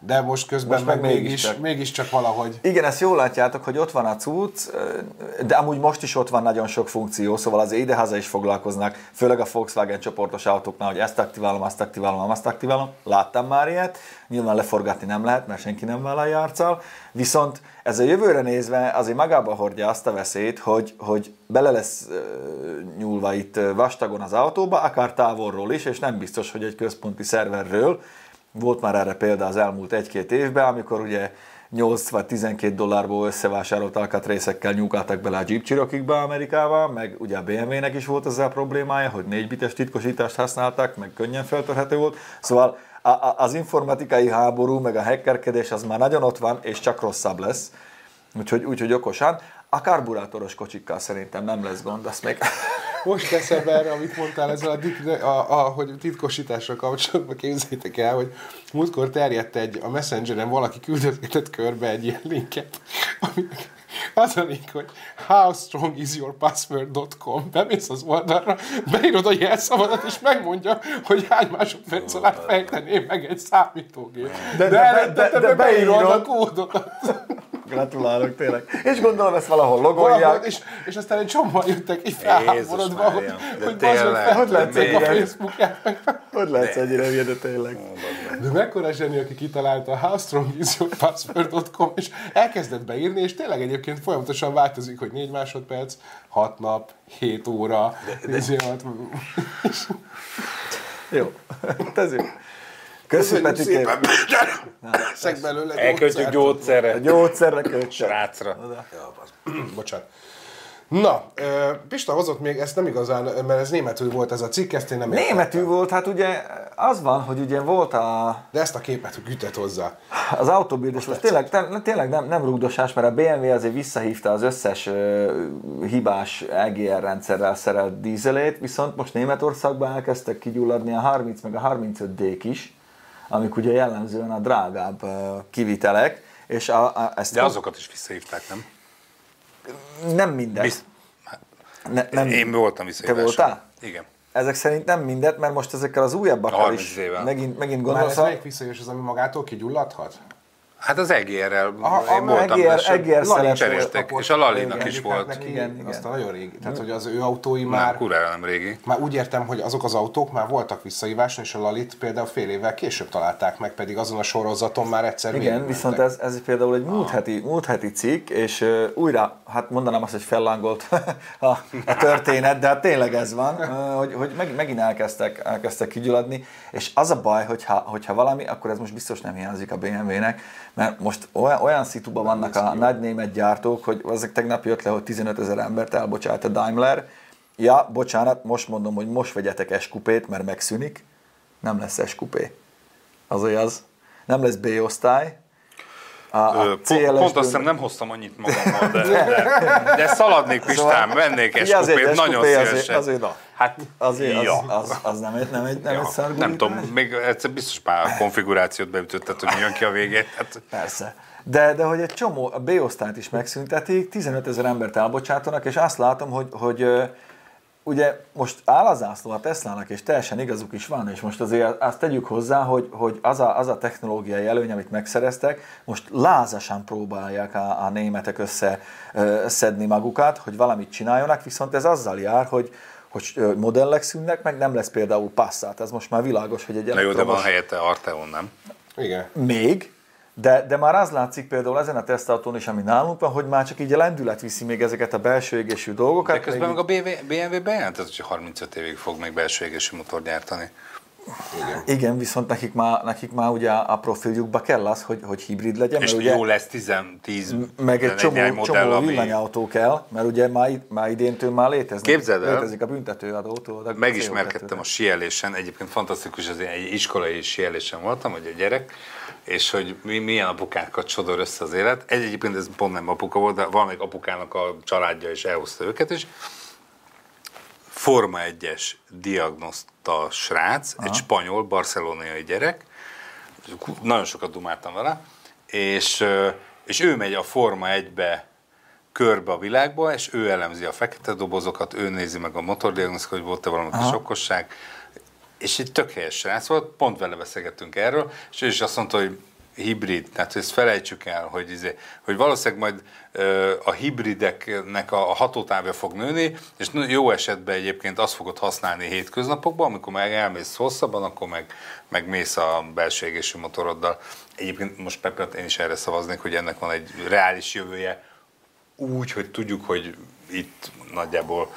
Speaker 2: de most közben
Speaker 3: Most
Speaker 2: most
Speaker 3: meg
Speaker 2: meg,
Speaker 3: mégis
Speaker 2: mégis,
Speaker 3: csak.
Speaker 2: mégiscsak valahogy.
Speaker 3: Igen, ezt jól látjátok, hogy ott van a cucc, ö, de amúgy most is ott van nagyon sok funkció, szóval az idehaza is foglalkoznak, főleg a Volkswagen csoportos autóknál, hogy ezt aktiválom, azt aktiválom, azt aktiválom. Láttam már ilyet, nyilván leforgatni nem lehet, mert senki nem vállalja arccal, viszont ez a jövőre nézve azért magába hordja azt a veszélyt, hogy, hogy bele lesz ö, nyúlva itt ö, vastagon az autóba, akár távolról is, és nem biztos, hogy egy központi szerverről, volt már erre példa az elmúlt egy-két évben, amikor ugye 8 vagy 12 dollárból összevásárolt alkatrészekkel nyúkáltak bele a Jeep cherokee Amerikában, meg ugye a BMW-nek is volt ezzel problémája, hogy 4 bites titkosítást használták, meg könnyen feltörhető volt. Szóval a, a, az informatikai háború, meg a hackerkedés az már nagyon ott van, és csak rosszabb lesz. Úgyhogy, úgyhogy okosan. A karburátoros kocsikkal szerintem nem lesz gond, azt még...
Speaker 2: Most teszem erre, amit mondtál ezzel a, dit, a, a, hogy titkosításra kapcsolatban képzeljétek el, hogy múltkor terjedt egy, a Messengeren valaki küldözgetett körbe egy ilyen linket, aminek az a link, hogy howstrongisyourpassword.com bemész az oldalra, beírod a jelszavadat, és megmondja, hogy hány másodperc alatt fejtené meg egy számítógép. De,
Speaker 3: De- de-
Speaker 2: de, de,
Speaker 3: de-
Speaker 2: de, de,
Speaker 3: de
Speaker 2: de beírod
Speaker 3: beírod.
Speaker 2: a kódot.
Speaker 3: Gratulálok tényleg. És gondolom ezt valahol
Speaker 2: Valahol,
Speaker 3: logolják.
Speaker 2: és, és aztán egy csomóan jöttek így felháborodva, hogy,
Speaker 1: Mária, de
Speaker 2: hogy bazd
Speaker 1: tényleg,
Speaker 2: meg, hogy
Speaker 1: de
Speaker 2: látszik a
Speaker 1: miért?
Speaker 2: Facebookját.
Speaker 3: Hogy lehetsz ennyire hülye, de tényleg?
Speaker 2: De mekkora zseni, aki kitalálta a howstrongisyourpassword.com, és elkezdett beírni, és tényleg egyébként folyamatosan változik, hogy 4 másodperc, 6 nap, 7 óra, izé volt.
Speaker 3: Jó. Hát Ez jó. Köszönjük,
Speaker 2: Köszönjük
Speaker 3: Petikém.
Speaker 2: szépen. Szeg belőle
Speaker 1: Elköltjük
Speaker 2: gyógyszert.
Speaker 1: gyógyszerre.
Speaker 3: A gyógyszerre költsön.
Speaker 1: Rácra.
Speaker 2: Bocsánat. Na, ö, Pista hozott még, ezt nem igazán, mert ez németül volt ez a cikk, ezt én nem értettem.
Speaker 3: Németű volt, hát ugye az van, hogy ugye volt a,
Speaker 2: De ezt a képet ütött hozzá.
Speaker 3: az autóbírás, most tényleg, te- tényleg nem, nem rugdosás, mert a BMW azért visszahívta az összes ö, hibás EGR rendszerrel szerelt dízelét, viszont most Németországban elkezdtek kigyulladni a 30 meg a 35 d is, amik ugye jellemzően a drágább ö, kivitelek, és a, a, ezt
Speaker 1: De azokat is visszahívták, nem?
Speaker 3: nem mindegy.
Speaker 1: Bizt-
Speaker 3: Ne, nem,
Speaker 1: Én voltam
Speaker 3: Te
Speaker 1: visszahíváson.
Speaker 3: voltál?
Speaker 1: Igen.
Speaker 3: Ezek szerint nem mindet, mert most ezekkel az újabbakkal
Speaker 1: 30
Speaker 3: is
Speaker 1: évvel.
Speaker 3: megint, megint
Speaker 2: Már
Speaker 3: gondolsz.
Speaker 2: ez melyik visszajós az, ami magától kigyulladhat?
Speaker 1: Hát az EGR-rel
Speaker 3: a-
Speaker 1: én
Speaker 3: a-
Speaker 1: voltam,
Speaker 3: EGR
Speaker 1: de sem-
Speaker 3: EGR szerep
Speaker 1: cserélték,
Speaker 2: volt.
Speaker 1: és a Lalinak
Speaker 2: Igen,
Speaker 1: is
Speaker 2: tehát
Speaker 1: volt.
Speaker 2: Neki,
Speaker 3: Igen,
Speaker 2: igen,
Speaker 3: igen.
Speaker 2: igen. Aztán nagyon régi. Tehát, hogy az ő autói
Speaker 1: Már
Speaker 2: már...
Speaker 1: kurára nem régi.
Speaker 2: Már úgy értem, hogy azok az autók már voltak visszahíváson, és a Lalit például fél évvel később találták meg, pedig azon a sorozaton már egyszer
Speaker 3: Igen,
Speaker 2: végigmentek.
Speaker 3: viszont ez, ez például egy múlt heti, múlt heti cikk, és uh, újra, hát mondanám azt, hogy fellángolt a, a történet, de hát tényleg ez van, uh, hogy, hogy meg, megint elkezdtek, elkezdtek kigyulladni, és az a baj, hogyha, hogyha valami, akkor ez most biztos nem hiányzik a BMW-nek, mert most olyan, olyan szituban vannak a nagy német gyártók, hogy ezek tegnap jött le, hogy 15 ezer embert elbocsájt a Daimler, ja, bocsánat, most mondom, hogy most vegyetek S-kupét, mert megszűnik, nem lesz S-kupé. Az az. Nem lesz B-osztály. A,
Speaker 1: Ö,
Speaker 3: a
Speaker 1: po-
Speaker 3: CLS-ből-
Speaker 1: Pont azt hiszem nem hoztam annyit magammal, de, de, de szaladnék Pistán, vennék egy
Speaker 3: Szóval- Ugye azért
Speaker 1: kupét,
Speaker 3: egy
Speaker 1: nagyon
Speaker 3: kupé azért-
Speaker 1: szívesen.
Speaker 3: azért na.
Speaker 1: Hát,
Speaker 3: Azért az,
Speaker 1: ja.
Speaker 3: az, az, nem egy, nem egy, nem egy
Speaker 1: ja.
Speaker 3: szargulítás.
Speaker 1: Nem tudom, még egyszer biztos már a konfigurációt beütötted, hogy mi jön ki a végén. Hát,
Speaker 3: Persze. De, de hogy egy csomó, a B-osztályt is megszüntetik, 15 ezer embert elbocsátanak, és azt látom, hogy, hogy ö, ugye most áll az ászló a Teslának, és teljesen igazuk is van, és most azért azt tegyük hozzá, hogy, hogy az, a, az a technológiai előny, amit megszereztek, most lázasan próbálják a, a németek összeszedni magukat, hogy valamit csináljanak, viszont ez azzal jár, hogy hogy ö, modellek szűnnek, meg nem lesz például passzát. Ez most már világos, hogy egy
Speaker 1: na jó, de van
Speaker 3: elektromos-
Speaker 1: helyette Arteon, nem?
Speaker 2: Igen.
Speaker 3: még, de, de már az látszik például ezen a tesztautón is, ami nálunk van, hogy már csak így a lendület viszi még ezeket a belső égésű dolgokat.
Speaker 1: De közben
Speaker 3: még
Speaker 1: meg a BV BMW bejelentett, hogy 35 évig fog még belső égési motor gyártani.
Speaker 3: Igen, viszont nekik már, nekik már ugye a profiljukba kell az, hogy, hogy hibrid legyen,
Speaker 1: És
Speaker 3: mert ugye
Speaker 1: jó lesz 10, 10
Speaker 3: meg egy
Speaker 1: néhány
Speaker 3: csomó,
Speaker 1: modell,
Speaker 3: csomó
Speaker 1: ami-
Speaker 3: villanyautó kell, mert ugye már, id- már idéntől már léteznek,
Speaker 1: Képzeld el.
Speaker 3: létezik a büntetőadótól. a
Speaker 1: megismerkedtem
Speaker 3: CO2-től.
Speaker 1: a sielésen, egyébként fantasztikus, az én egy iskolai sielésen voltam, hogy egy gyerek, és hogy mi, milyen apukákat sodor össze az élet. Egy, egyébként ez pont nem apuka volt, de valamelyik apukának a családja is elhozta őket, és Forma 1-es diagnoszta srác, Aha. egy spanyol, barcelonai gyerek, nagyon sokat dumáltam vele, és, ö, és ő megy a Forma 1-be körbe a világba, és ő elemzi a fekete dobozokat, ő nézi meg a motordiagnosztikát, hogy volt-e valami kis okosság, és egy tök helyes srác volt, pont vele beszélgettünk erről, és ő is azt mondta, hogy hibrid, tehát hogy ezt felejtsük el, hogy, izé, hogy valószínűleg majd ö, a hibrideknek a, a hatótávja fog nőni, és n- jó esetben egyébként azt fogod használni hétköznapokban, amikor meg elmész hosszabban, akkor meg, meg mész a belső égésű motoroddal. Egyébként most Pepe, én is erre szavaznék, hogy ennek van egy reális jövője, úgy, hogy tudjuk, hogy itt nagyjából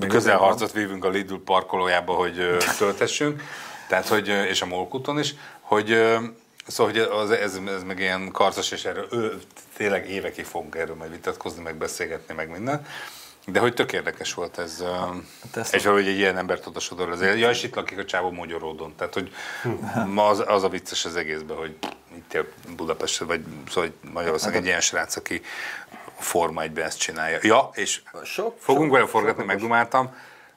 Speaker 3: még
Speaker 1: közelharcot vívünk a Lidl parkolójába, hogy ö, töltessünk, tehát, hogy, ö, és a Molkuton is, hogy, ö, Szóval, hogy az, ez, ez meg ilyen karcos, és erről ő, tényleg évekig fogunk erről majd vitatkozni, meg beszélgetni, meg minden. De hogy tök érdekes volt ez,
Speaker 3: Hát ezt-
Speaker 1: egyfelől, hogy egy ilyen embert oda sodor az élet. Ja, és itt lakik a csávó Magyaródon. Tehát, hogy ma az, az a vicces az egészben, hogy itt a Budapesten, vagy szóval hogy
Speaker 3: Hát
Speaker 1: Magyarországon egy ilyen srác, aki Forma 1 ezt csinálja. Ja, és
Speaker 3: Sok-
Speaker 1: fogunk
Speaker 3: sok-
Speaker 1: vele
Speaker 3: sok
Speaker 1: forgatni, megdumáltam.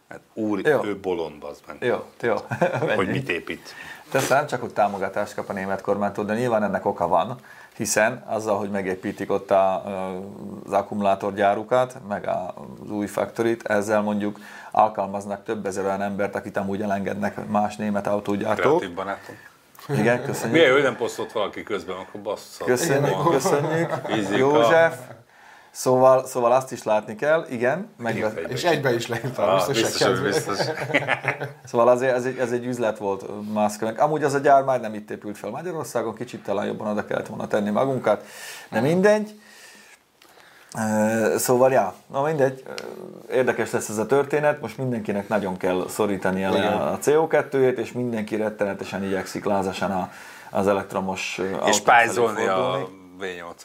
Speaker 1: Hát, úr,
Speaker 3: Jó.
Speaker 1: ő bolond az meg.
Speaker 3: Jó, jó.
Speaker 1: Hogy
Speaker 3: Menjünk.
Speaker 1: mit épít.
Speaker 3: Persze nem csak úgy támogatást kap a német kormánytól, de nyilván ennek oka van, hiszen azzal, hogy megépítik ott a, az akkumulátorgyárukat, meg a- az új faktorit, ezzel mondjuk alkalmaznak több ezer olyan embert, akit amúgy elengednek más német autógyártók.
Speaker 1: Kreatív barátom.
Speaker 3: Igen, köszönjük.
Speaker 1: Milyen ő nem posztolt valaki közben, akkor bassza.
Speaker 3: Köszönjük,
Speaker 1: Ma.
Speaker 3: köszönjük.
Speaker 1: Izika.
Speaker 3: József. Szóval, szóval azt is látni kell, igen. Meg,
Speaker 1: Egybe.
Speaker 2: És egybe is leírtam,
Speaker 1: Ah,
Speaker 2: biztos,
Speaker 1: biztos,
Speaker 2: biztos,
Speaker 1: hogy
Speaker 2: biztos,
Speaker 1: biztos.
Speaker 3: Szóval azért ez egy, ez egy üzlet volt Musknek. Amúgy az a gyár már nem itt épült fel Magyarországon, kicsit talán jobban oda kellett volna tenni magunkat,
Speaker 1: Mhm.
Speaker 3: de mindegy. Ö, Szóval, ja, na mindegy, ö, érdekes lesz ez a történet, most mindenkinek nagyon kell szorítani el
Speaker 2: Igen.
Speaker 3: a CO2-jét, és mindenki rettenetesen igyekszik lázasan a, az elektromos ö, autók
Speaker 1: És
Speaker 3: felé
Speaker 1: pályzolni
Speaker 3: fordulni,
Speaker 1: a v 8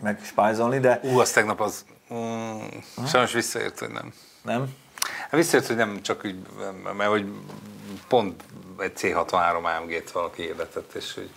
Speaker 3: meg spájzolni, de
Speaker 1: Ú, az tegnap az... Mm, sajnos visszaért, hogy nem.
Speaker 3: nem.
Speaker 1: Hát Visszaért, hogy nem csak úgy, mert hogy pont egy C63 AMG-t valaki hirdetett, és hogy...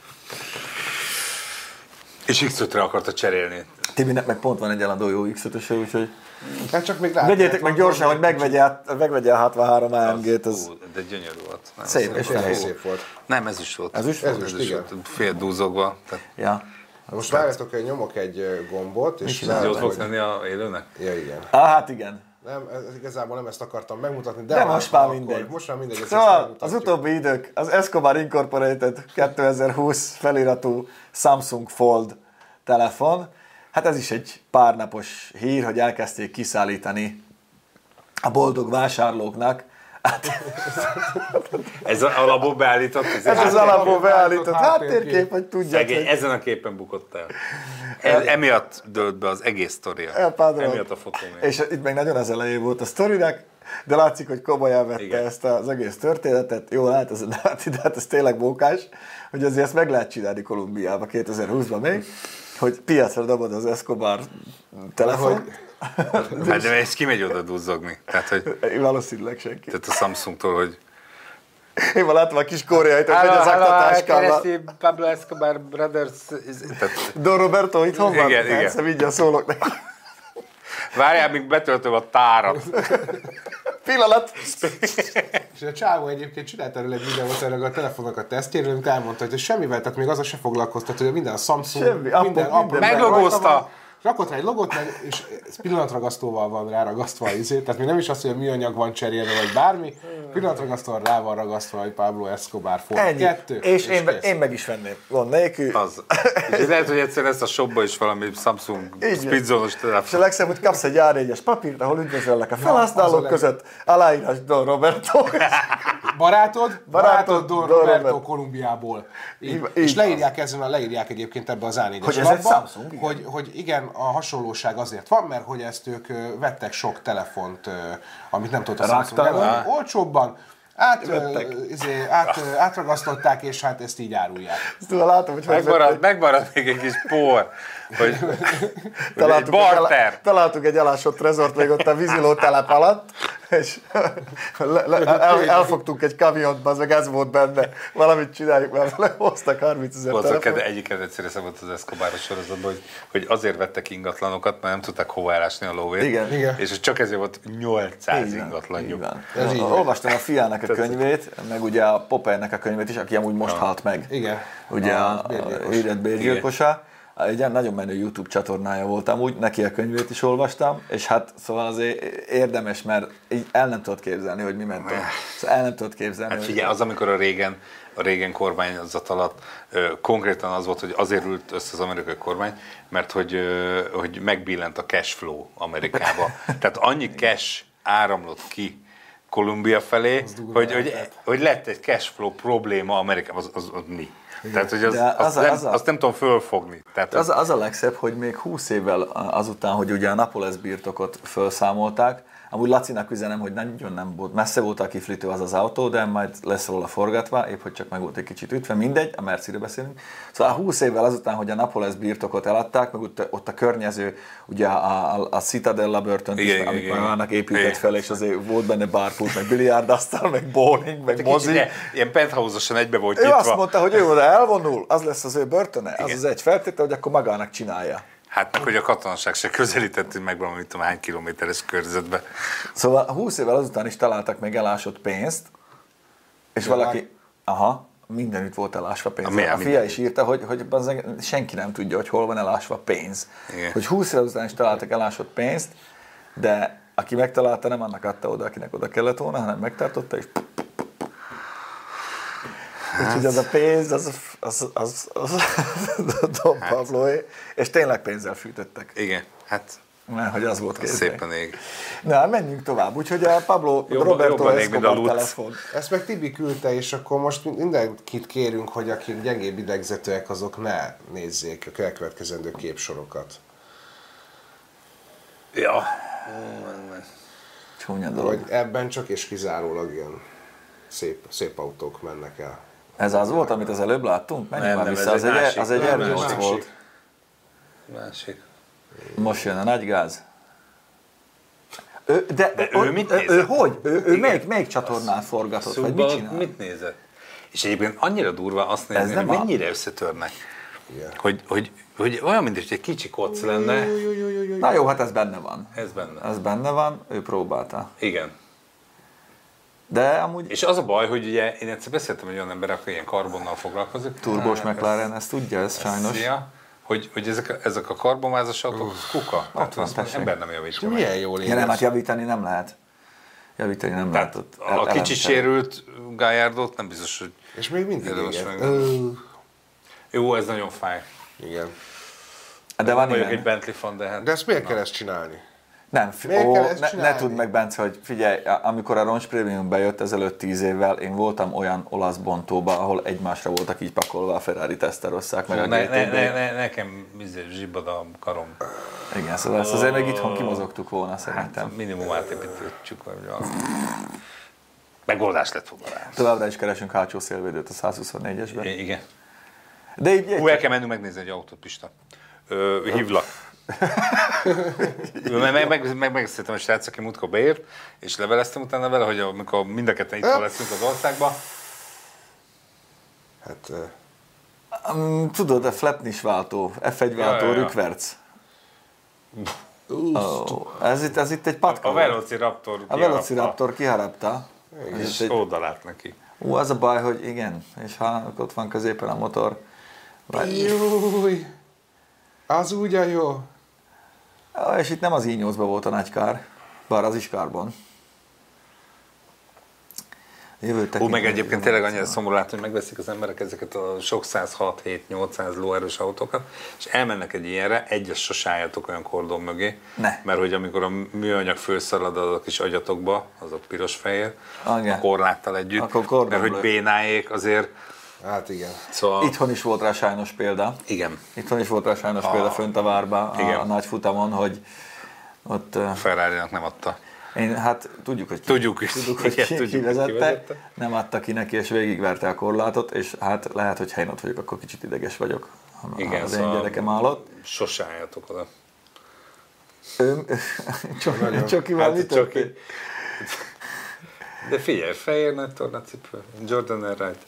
Speaker 1: És x akarta cserélni.
Speaker 3: Tibinek meg pont van egy eladó jó X5-öse, úgyhogy
Speaker 2: Nem Hát csak még rá.
Speaker 3: vegyétek meg gyorsan, hogy megvegye, a- megvegye a 63 AMG-t, az
Speaker 1: Ú, de gyönyörű volt. Nem,
Speaker 3: Szép,
Speaker 1: az-
Speaker 3: és
Speaker 1: az-
Speaker 2: Elég
Speaker 1: ú,
Speaker 2: szép volt.
Speaker 1: Nem, ez is volt. Ez
Speaker 3: is
Speaker 2: volt? Ez is, igen.
Speaker 1: volt. Fél dúzogva. Tehát,
Speaker 3: Ja.
Speaker 2: Most várjátok, hogy nyomok egy ö, gombot, és
Speaker 1: ez
Speaker 2: leállom,
Speaker 3: hát
Speaker 1: jót fogsz
Speaker 2: hogy-
Speaker 1: lenni a élőnek?
Speaker 2: Ja, igen.
Speaker 3: Á, hát igen.
Speaker 2: Nem, ez, igazából nem ezt akartam megmutatni, de,
Speaker 3: De
Speaker 2: ha-
Speaker 3: most már
Speaker 2: akkor-
Speaker 3: mindegy.
Speaker 2: Most már mindegy, ezt
Speaker 3: Szóval az
Speaker 2: megmutatjuk.
Speaker 3: utóbbi idők, az Escobar Incorporated 2020 feliratú Samsung Fold telefon. Hát ez is egy párnapos hír, hogy elkezdték kiszállítani a boldog vásárlóknak. Hát
Speaker 1: Ez a- alapból beállított.
Speaker 3: ez az alapból beállított háttérkép,
Speaker 2: háttérkép,
Speaker 3: hogy tudják,
Speaker 1: Szegény,
Speaker 3: hogy
Speaker 1: ezen a képen bukott el. Ez, emiatt dőlt be az egész sztoria.
Speaker 3: elpádrolt.
Speaker 1: Emiatt a fotó miatt.
Speaker 3: És itt meg nagyon az elején volt a sztorinak, de látszik, hogy komoly elvette
Speaker 1: Igen.
Speaker 3: ezt az egész történetet. Jó, hát ez, de hát ez tényleg mókás, hogy azért ezt meg lehet csinálni Kolumbiába 2020-ban még, hogy piacra dobod az Escobar telefon.
Speaker 1: Hát de ez kimegy oda duzzogni. Tehát, hogy,
Speaker 3: Valószínűleg senki.
Speaker 1: tehát a Samsungtól, hogy...
Speaker 3: Én már láttam a kis koreait, hogy megy az aktatáskával.
Speaker 1: Pablo Escobar Brothers... Tehát,
Speaker 3: Don Roberto itt van?
Speaker 1: Igen, igen.
Speaker 3: Hát, mindjárt szólok neki.
Speaker 1: várjál, míg betöltöm a tárat.
Speaker 3: Pillanat!
Speaker 2: És a csávó egyébként csinált erről egy videót erről a telefonnak a tesztjéről, amit elmondta, hogy semmivel, tehát még az se foglalkoztat, hogy minden a Samsung,
Speaker 3: Semmi, Apple, minden.
Speaker 1: Meglogózta.
Speaker 2: rajta van. Rakott rá egy logót, meg, és ez pillanatragasztóval van rá ragasztva az izé, tehát még nem is az, hogy a műanyag van cserélve, vagy bármi, pillanatragasztóval rá van ragasztva, hogy Pablo Escobar fog.
Speaker 3: Ennyi.
Speaker 2: Kettő,
Speaker 3: és, én,
Speaker 2: kész.
Speaker 3: én meg is venném. Gond nélkül.
Speaker 1: Az. És lehet, hogy egyszer lesz a shopba is valami Samsung
Speaker 3: van.
Speaker 1: spizzonos
Speaker 3: És a
Speaker 1: telefon.
Speaker 3: legszebb, hogy kapsz egy A4-es papírt, ahol üdvözöllek a felhasználók
Speaker 2: az a
Speaker 3: között, aláírás Don Roberto.
Speaker 2: Barátod? Barátod Don Roberto
Speaker 3: Roberto.
Speaker 2: Kolumbiából. Így,
Speaker 3: Így-
Speaker 2: és
Speaker 3: így
Speaker 2: leírják ezen, leírják egyébként ebbe az A4-es
Speaker 3: Hogy ez egy
Speaker 2: lapba,
Speaker 3: Samsung, igen.
Speaker 2: Hogy, hogy igen, a hasonlóság azért van, mert hogy ezt ők ö, vettek sok telefont, ö, amit nem tudott a Samsung
Speaker 3: Raktak
Speaker 2: eladni,
Speaker 3: rá.
Speaker 2: olcsóbban, át, ö,
Speaker 3: Vettek.
Speaker 2: izé, át, ö, átragasztották, és hát ezt így árulják.
Speaker 3: Ezt tudom, látom, hogy
Speaker 1: Megmarad, megmarad még egy kis por, hogy, hogy egy
Speaker 3: Találtuk
Speaker 1: barter.
Speaker 3: Egy, találtuk egy elásott rezort még ott a víziló telep alatt, és le, le, el, elfogtunk egy kamiont, az meg ez volt benne. Valamit csináljuk, mert vele hoztak 30 ezer
Speaker 1: Volt a
Speaker 3: telefon.
Speaker 1: kede, egyik kedvencére volt az Escobar sorozatban, hogy, hogy azért vettek ingatlanokat, mert nem tudták hova elásni a lóvét.
Speaker 3: Igen.
Speaker 2: Igen.
Speaker 1: És csak ezért volt 800
Speaker 3: Így van, így
Speaker 1: ingatlanjuk.
Speaker 3: van.
Speaker 2: Ez így van.
Speaker 3: Olvastam a fiának a könyvét, meg ugye a Popeynek a könyvét is, aki amúgy most halt meg.
Speaker 2: Igen.
Speaker 3: Ugye
Speaker 2: A
Speaker 3: a
Speaker 2: bérgyilkos.
Speaker 3: hírett bérgyilkosa. Egy ilyen nagyon menő YouTube csatornája volt amúgy, neki a könyvét is olvastam, és hát szóval azért érdemes, mert így el nem tudod képzelni, hogy mi ment ott. Szóval el nem tudod képzelni.
Speaker 1: Hát
Speaker 3: hogy-
Speaker 1: figyelj, az, amikor a régen, a régen kormányzat alatt ö, konkrétan az volt, hogy azért ült össze az amerikai kormány, mert hogy, ö, hogy megbillent a cash flow Amerikába. Tehát annyi cash áramlott ki Kolumbia felé, hogy, hogy, hogy lett egy cash flow probléma Amerikában, az, az, az mi? Tehát, hogy az,
Speaker 3: De
Speaker 1: az,
Speaker 3: az a-
Speaker 1: nem,
Speaker 3: az a-
Speaker 1: azt nem tudom fölfogni. Tehát,
Speaker 3: Az, az a legszebb, hogy még 20 évvel azután, hogy ugye a Napoles birtokot felszámolták, Amúgy Lacinak üzenem, hogy nagyon nem volt, messze volt a kiflitő az az autó, de majd lesz róla forgatva, épp hogy csak meg volt egy kicsit ütve, mindegy, a Merciről beszélünk. Szóval 20 évvel azután, hogy a Napoles birtokot eladták, meg ott, ott a környező, ugye a, a, a Citadella börtön,
Speaker 1: Igen,
Speaker 3: is,
Speaker 1: igen,
Speaker 3: amikor
Speaker 1: igen.
Speaker 3: annak épített
Speaker 1: Igen.
Speaker 3: fel, és azért volt benne bárpult, meg biliárdasztal, meg bowling, meg
Speaker 1: Mozi.
Speaker 3: mozi.
Speaker 1: Ilyen penthouse-osan egybe volt
Speaker 3: Ő azt
Speaker 1: nyitva.
Speaker 3: mondta, hogy ő oda elvonul, az lesz az ő börtöne, az
Speaker 1: Igen.
Speaker 3: az egy feltétel, hogy akkor magának csinálja.
Speaker 1: Hát meg, hogy a katonaság se közelített meg valami, mit tudom, hány kilométeres körzetbe.
Speaker 3: Szóval 20 évvel azután is találtak meg elásott pénzt, és
Speaker 2: Tényleg?
Speaker 3: valaki, aha, mindenütt volt elásva pénz.
Speaker 1: A
Speaker 3: A,
Speaker 1: milyen
Speaker 3: a fia
Speaker 1: mindenütt?
Speaker 3: is írta, hogy, hogy bazzeg, senki nem tudja, hogy hol van elásva pénz.
Speaker 1: Igen.
Speaker 3: Hogy 20 évvel azután is találtak elásott pénzt, de aki megtalálta, nem annak adta oda, akinek oda kellett volna, hanem megtartotta, és Úgyhogy az a
Speaker 1: Hát.
Speaker 3: pénz, az, az, az, az, az a Don
Speaker 1: Hát.
Speaker 3: Pabloé, és tényleg pénzzel fűtöttek,
Speaker 1: Igen, hát
Speaker 3: mert hogy az volt kézben.
Speaker 1: szépen ég.
Speaker 3: Na, menjünk tovább. Úgyhogy a Pablo
Speaker 1: Jobban-
Speaker 3: Roberto
Speaker 1: jobban ég, mint a
Speaker 3: Escobar
Speaker 1: Lutz.
Speaker 3: telefon.
Speaker 2: Ezt meg Tibi küldte, és akkor most mindenkit kérünk, hogy akik gyengébb idegzetőek, azok ne nézzék a elkövetkezendő képsorokat.
Speaker 1: Ja.
Speaker 3: Csúnya dolog.
Speaker 2: Hogy ebben csak és kizárólag ilyen szép, szép autók mennek el.
Speaker 3: Ez az volt, amit az előbb láttunk? Menjünk
Speaker 1: Nem,
Speaker 3: már
Speaker 1: nem,
Speaker 3: vissza.
Speaker 1: ez
Speaker 3: Az
Speaker 1: egy
Speaker 3: egy,
Speaker 1: másik.
Speaker 3: az egy
Speaker 1: Nem,
Speaker 2: ez
Speaker 3: R8
Speaker 2: másik.
Speaker 3: volt.
Speaker 1: Másik.
Speaker 3: Most jön a nagy gáz. Ő, de,
Speaker 1: De ő
Speaker 3: ott-
Speaker 1: mit
Speaker 3: ő, ő
Speaker 1: nézett?
Speaker 3: hogy? Ő, ő
Speaker 1: Igen.
Speaker 3: melyik, melyik csatornán forgatott? Vagy mit
Speaker 1: Szóval
Speaker 3: csinál?
Speaker 1: mit nézett? És egyébként annyira durva azt nézni,
Speaker 3: nem
Speaker 1: hogy
Speaker 3: a-
Speaker 1: mennyire összetörnek.
Speaker 2: Igen.
Speaker 1: Hogy, hogy, hogy olyan, mint hogy egy kicsi koc lenne,
Speaker 3: Na jó, hát ez benne van.
Speaker 1: ez benne.
Speaker 3: Ez benne van, ő próbálta.
Speaker 1: Igen.
Speaker 3: De amúgy
Speaker 1: És az a baj, hogy ugye én egyszer beszéltem egy olyan emberrel, aki ilyen karbonnal foglalkozik.
Speaker 3: turbós
Speaker 1: Hát,
Speaker 3: McLaren ezt tudja, ez sajnos.
Speaker 1: Szia. Hogy, hogy ezek, a- ezek a karbonvázas autók, az kuka. Tehát
Speaker 3: van,
Speaker 1: azt
Speaker 3: tessék.
Speaker 1: ember nem javítja meg.
Speaker 2: Milyen jól
Speaker 3: Ja, nem, hát
Speaker 2: érez.
Speaker 3: javítani nem lehet. Javítani nem lehet. ott el-
Speaker 1: A kicsi
Speaker 3: elemtelen.
Speaker 1: sérült Gájárdot nem biztos, hogy...
Speaker 2: És még mindig
Speaker 1: Érdemes
Speaker 2: igen.
Speaker 1: megnézni.
Speaker 2: Ö,
Speaker 1: Jó, ez nagyon fáj.
Speaker 2: Igen.
Speaker 3: De van
Speaker 1: Vagyok
Speaker 3: ilyen.
Speaker 1: egy Bentley fan, de hát...
Speaker 2: De ezt miért kell ezt csinálni?
Speaker 3: Nem, fi-
Speaker 2: Miért
Speaker 3: ó,
Speaker 2: kell ezt
Speaker 3: ne, ne
Speaker 2: csinálni?
Speaker 3: tudd meg, Bence, hogy figyelj, a- amikor a Roncs Premium bejött ezelőtt tíz évvel, én voltam olyan olasz bontóba, ahol egymásra voltak így pakolva a Ferrari teszterosszák, meg a
Speaker 1: Ne, ne,
Speaker 3: GTD.
Speaker 1: ne, ne, nekem izé, zsibbad a karom.
Speaker 3: Igen, szóval ezt azért még itthon kimozogtuk
Speaker 1: Hát,
Speaker 3: volna szerintem.
Speaker 1: Minimum átépítő csuka. ugye. Megoldás lett volna rá.
Speaker 3: Továbbra is keresünk hátsó szélvédőt a 124-esben.
Speaker 1: I- Igen.
Speaker 3: De így,
Speaker 1: Hú, el
Speaker 3: így
Speaker 1: kell mennünk megnézni egy autót, Pista. Ö, hívlak. meg, meg, meg, meg, meg a srác, aki múltkor beért, és leveleztem utána vele, hogy amikor mind a ketten itt leszünk az országba,
Speaker 2: Hát ö,
Speaker 3: Mm, tudod, a flatnis váltó, F1 váltó,
Speaker 1: ja, ja.
Speaker 3: rükverc. Ó, ez, itt, ez itt egy patka.
Speaker 1: a
Speaker 3: volt.
Speaker 1: Velociraptor
Speaker 3: a Velociraptor kiharapta. Ez
Speaker 1: és
Speaker 3: itt egy-
Speaker 1: oldalát neki.
Speaker 3: Ú, az a baj, hogy igen, és ha ott van középen a motor, vagy,
Speaker 2: Júj! Az úgy a jó.
Speaker 3: Á, és itt nem az i 8 volt a nagy kár, bár az is kárban. Jövő
Speaker 1: Hú,
Speaker 3: tekintetben-
Speaker 1: meg egyébként tényleg annyira szomorú látni, hogy megveszik az emberek ezeket a sok 106, 7, 800 lóerős autókat, és elmennek egy ilyenre, egyes sose álljatok olyan kordon mögé,
Speaker 3: Ne.
Speaker 1: mert hogy amikor a műanyag főszalad az a kis agyatokba, az a piros fehér,
Speaker 3: Igen.
Speaker 1: a korláttal együtt,
Speaker 3: Akkor kordon
Speaker 1: mert hogy
Speaker 3: lök.
Speaker 1: bénáék azért,
Speaker 2: Hát igen.
Speaker 1: szóval
Speaker 3: Itthon is volt rá sajnos példa.
Speaker 1: igen,
Speaker 3: Itthon is volt rá sajnos példa fönt a várba, a,
Speaker 1: Igen.
Speaker 3: a nagy futamon, hogy ott ö,
Speaker 1: ferrari nem adta.
Speaker 3: én, hát tudjuk, hogy ki,
Speaker 1: Tudjuk, hogy-
Speaker 3: tudjuk, hogy
Speaker 1: igen,
Speaker 3: ki,
Speaker 1: tudjuk,
Speaker 3: ki,
Speaker 1: hogy
Speaker 3: vezette,
Speaker 1: kivezette.
Speaker 3: nem adta ki neki, és végigverte a korlátot, és hát lehet, hogy ha én ott vagyok, akkor kicsit ideges vagyok, ha
Speaker 1: Igen,
Speaker 3: az én
Speaker 1: szóval-
Speaker 3: gyerekem állott.
Speaker 1: Sose álljatok oda.
Speaker 3: Ön, csak, csokival
Speaker 1: Hát
Speaker 3: mi
Speaker 1: csak
Speaker 3: történt?
Speaker 1: így. De figyelj, fehér nagy tornacipő, Jordan Wright.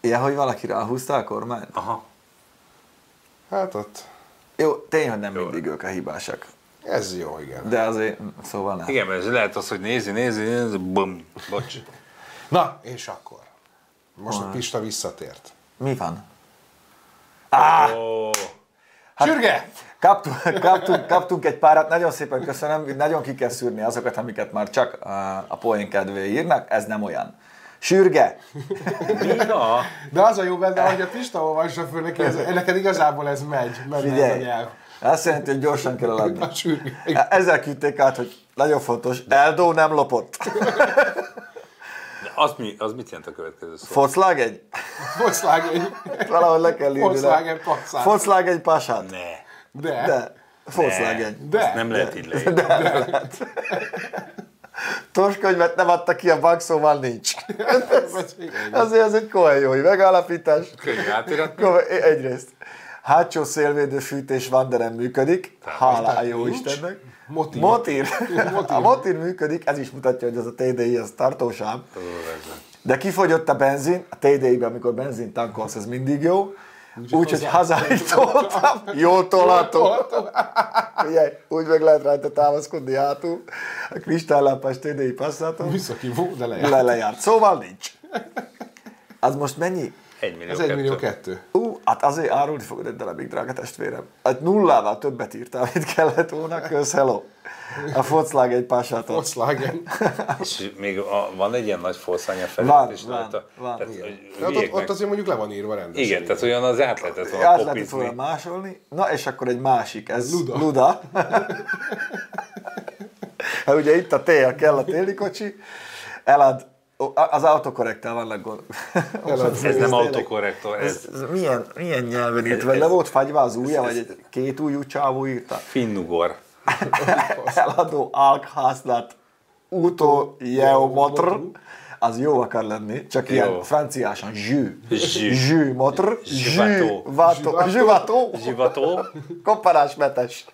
Speaker 3: Ja, hogy valaki ráhúzta a kormányt?
Speaker 1: Aha.
Speaker 2: Hát ott.
Speaker 3: Jó, tény, hogy nem Jó. mindig ők a hibásak.
Speaker 2: Ez jó, igen.
Speaker 3: De azért, szóval nem.
Speaker 1: Igen, mert ez lehet az, hogy nézi, nézi, nézi, bum, bocs.
Speaker 2: Na, és akkor? Most a Pista visszatért.
Speaker 3: Mi van?
Speaker 1: Ó,
Speaker 2: Hát, Sürge!
Speaker 3: Kaptunk, kaptunk, kaptunk egy párat, nagyon szépen köszönöm, nagyon ki kell szűrni azokat, amiket már csak a, a poén kedvé írnak, ez nem olyan. Sürge!
Speaker 1: na,
Speaker 2: De az a jó benne, hogy a Pista olvassa föl neki, ez, neked igazából ez megy, mert ez a
Speaker 3: Figyelj!
Speaker 2: nyelv.
Speaker 3: Azt jelenti, hogy gyorsan kell eladni.
Speaker 2: A sürge.
Speaker 3: Ezzel küldték át, hogy nagyon fontos, Eldó nem lopott.
Speaker 1: de az, mi, az mit jelent a következő szó?
Speaker 3: Volkswagen? Hát
Speaker 2: Volkswagen.
Speaker 3: Valahogy le kell írni.
Speaker 2: Volkswagen Passat.
Speaker 3: Volkswagen Passat.
Speaker 1: ne.
Speaker 2: De.
Speaker 3: De. Volkswagen.
Speaker 1: De, Azt nem lehet így leírni.
Speaker 3: Torskönyvet nem adta ki a bank, szóval nincs. Azért ez egy komoly jó megállapítás.
Speaker 1: Könnyű átirat.
Speaker 3: Komoly- Egyrészt. Hátsó szélvédő fűtés van, de nem működik. Hálá
Speaker 2: Tehát
Speaker 3: jó
Speaker 2: nincs.
Speaker 3: Istennek.
Speaker 2: Motír.
Speaker 3: Motír.
Speaker 2: Motír.
Speaker 3: A motír működik, ez is mutatja, hogy az a TDI az tartósáv. De kifogyott a benzin, a TDI-ben, amikor benzin tankolsz, ez mindig jó. Úgyhogy hazáig toltam, jól tolható. Figyelj, úgy meg lehet rajta támaszkodni hátul. A kristálylápás TDI passzátom.
Speaker 2: Visszakívó, de lejárt.
Speaker 3: Le lejárt. Szóval nincs. Az most mennyi?
Speaker 1: Egy millió
Speaker 2: Ez 1 millió
Speaker 1: kettő.
Speaker 2: kettő.
Speaker 3: Ú, hát azért árulni fogod egy darabig, drága testvérem. Hát nullával többet írtál, mint kellett volna, kösz, hello. A foclág egy pásától.
Speaker 2: Volkswagen.
Speaker 1: És még a, van egy ilyen nagy forszánya
Speaker 3: Van,
Speaker 1: felületés
Speaker 3: van,
Speaker 1: rajta.
Speaker 3: van.
Speaker 1: Tehát,
Speaker 3: Igen.
Speaker 1: hogy
Speaker 2: Hát ott,
Speaker 1: vigyék
Speaker 2: ott
Speaker 1: meg.
Speaker 2: azért mondjuk le van írva rendesen.
Speaker 1: Igen, tehát olyan az át lehetett volna
Speaker 3: Át lehetett volna
Speaker 1: kopizni.
Speaker 3: másolni. Na, és akkor egy másik, ez
Speaker 2: Luda.
Speaker 3: Luda. Luda. hát ugye itt a tél kell a téli kocsi, elad, Ó, a- az autokorrektel vannak gond.
Speaker 2: Elad.
Speaker 1: Ez nem
Speaker 3: tényleg-
Speaker 1: autokorrektor, ez
Speaker 3: Ez, ez milyen, milyen nyelven írt? Vagy
Speaker 1: ez-
Speaker 3: le volt fagyva az ujja, vagy egy két ujjú csávó írta?
Speaker 1: finnugor.
Speaker 3: eladó alkhasznált utó jeumotr, az jó akar lenni, csak ilyen franciásan zsű.
Speaker 1: Zsű.
Speaker 3: Zsű motr, zsű
Speaker 1: Zsivató.
Speaker 3: vató, zsű vató,
Speaker 1: Zsivató.
Speaker 3: koparásmetes.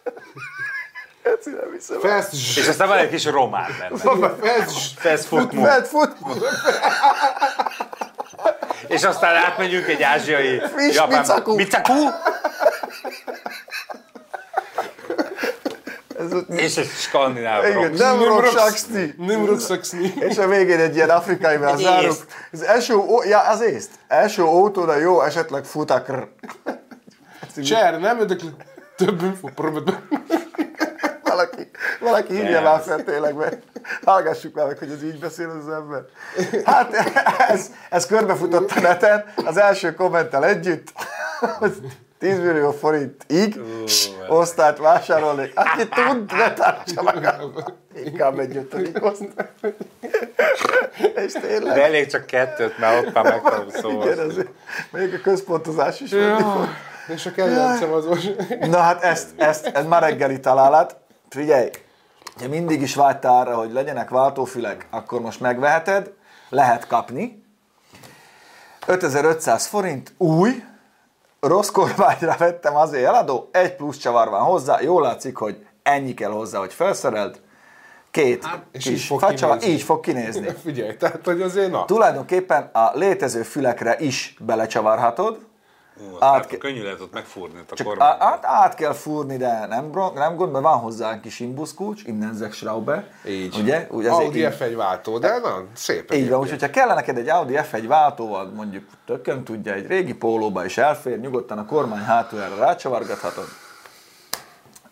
Speaker 3: Ezt így nem hiszem.
Speaker 2: Fast
Speaker 1: És aztán van egy kis román benne.
Speaker 2: Fast
Speaker 1: Fast food move.
Speaker 3: Fed fut,
Speaker 1: És aztán átmegyünk egy ázsiai,
Speaker 3: Friss micakú.
Speaker 1: Micakú?
Speaker 3: ez ott
Speaker 1: És egy skandináv
Speaker 3: igen,
Speaker 1: rock.
Speaker 3: nem roksakszni.
Speaker 2: Nem rögszökszni.
Speaker 3: És a végén egy ilyen afrikai
Speaker 1: Egy
Speaker 3: zárunk.
Speaker 1: észt.
Speaker 3: Az első, ó, ja, az észt. Első autóra jó, esetleg futakr.
Speaker 2: Cser, nem ödökli. Több info, próbálom.
Speaker 3: Valaki, valaki írja
Speaker 1: Nem.
Speaker 3: már fel tényleg, mert hallgassuk már meg, hogy ez így beszél az ember. Hát ez, ez körbefutott a neten, az első kommentel együtt, hogy 10 millió forintig osztályt vásárolni. Aki tud, ne tartsa magát. Inkább egy ötödik osztály. És tényleg.
Speaker 1: De elég csak kettőt, mert ott már megtanul
Speaker 3: Igen,
Speaker 1: szóval.
Speaker 3: azért. Még a központozás is.
Speaker 2: És a kedvencem az most.
Speaker 3: Na hát ezt, ezt, ez már reggeli találat. Figyelj, te mindig is vágytál arra, hogy legyenek váltófülek, akkor most megveheted, lehet kapni. 5500 forint, új, rossz kormányra vettem azért eladó, egy plusz csavar van hozzá, jól látszik, hogy ennyi kell hozzá, hogy felszereld, két
Speaker 2: Hát, és így
Speaker 3: kis
Speaker 2: fog
Speaker 3: facsavar,
Speaker 2: kinézni.
Speaker 3: így fog kinézni.
Speaker 2: Figyelj, tehát hogy azért na.
Speaker 3: Tulajdonképpen a létező fülekre is belecsavarhatod,
Speaker 1: Ú,
Speaker 3: Át
Speaker 1: hát
Speaker 3: ke-
Speaker 1: könnyű lehet ott megfúrni ott a
Speaker 3: Csak
Speaker 1: kormány.
Speaker 3: á- át, át kell fúrni, de nem, bro- nem gond, mert van hozzá egy kis imbuszkulcs, innen Zek Schraube.
Speaker 2: Így.
Speaker 3: Ugye? Úgy ezért
Speaker 2: Audi
Speaker 3: így-
Speaker 2: F1 váltó, de na, szép.
Speaker 3: így van, úgyhogy ha kellene neked egy Audi F1 váltóval, mondjuk tökön tudja, egy régi pólóba is elfér, nyugodtan a kormány hátuljára rácsavargathatod.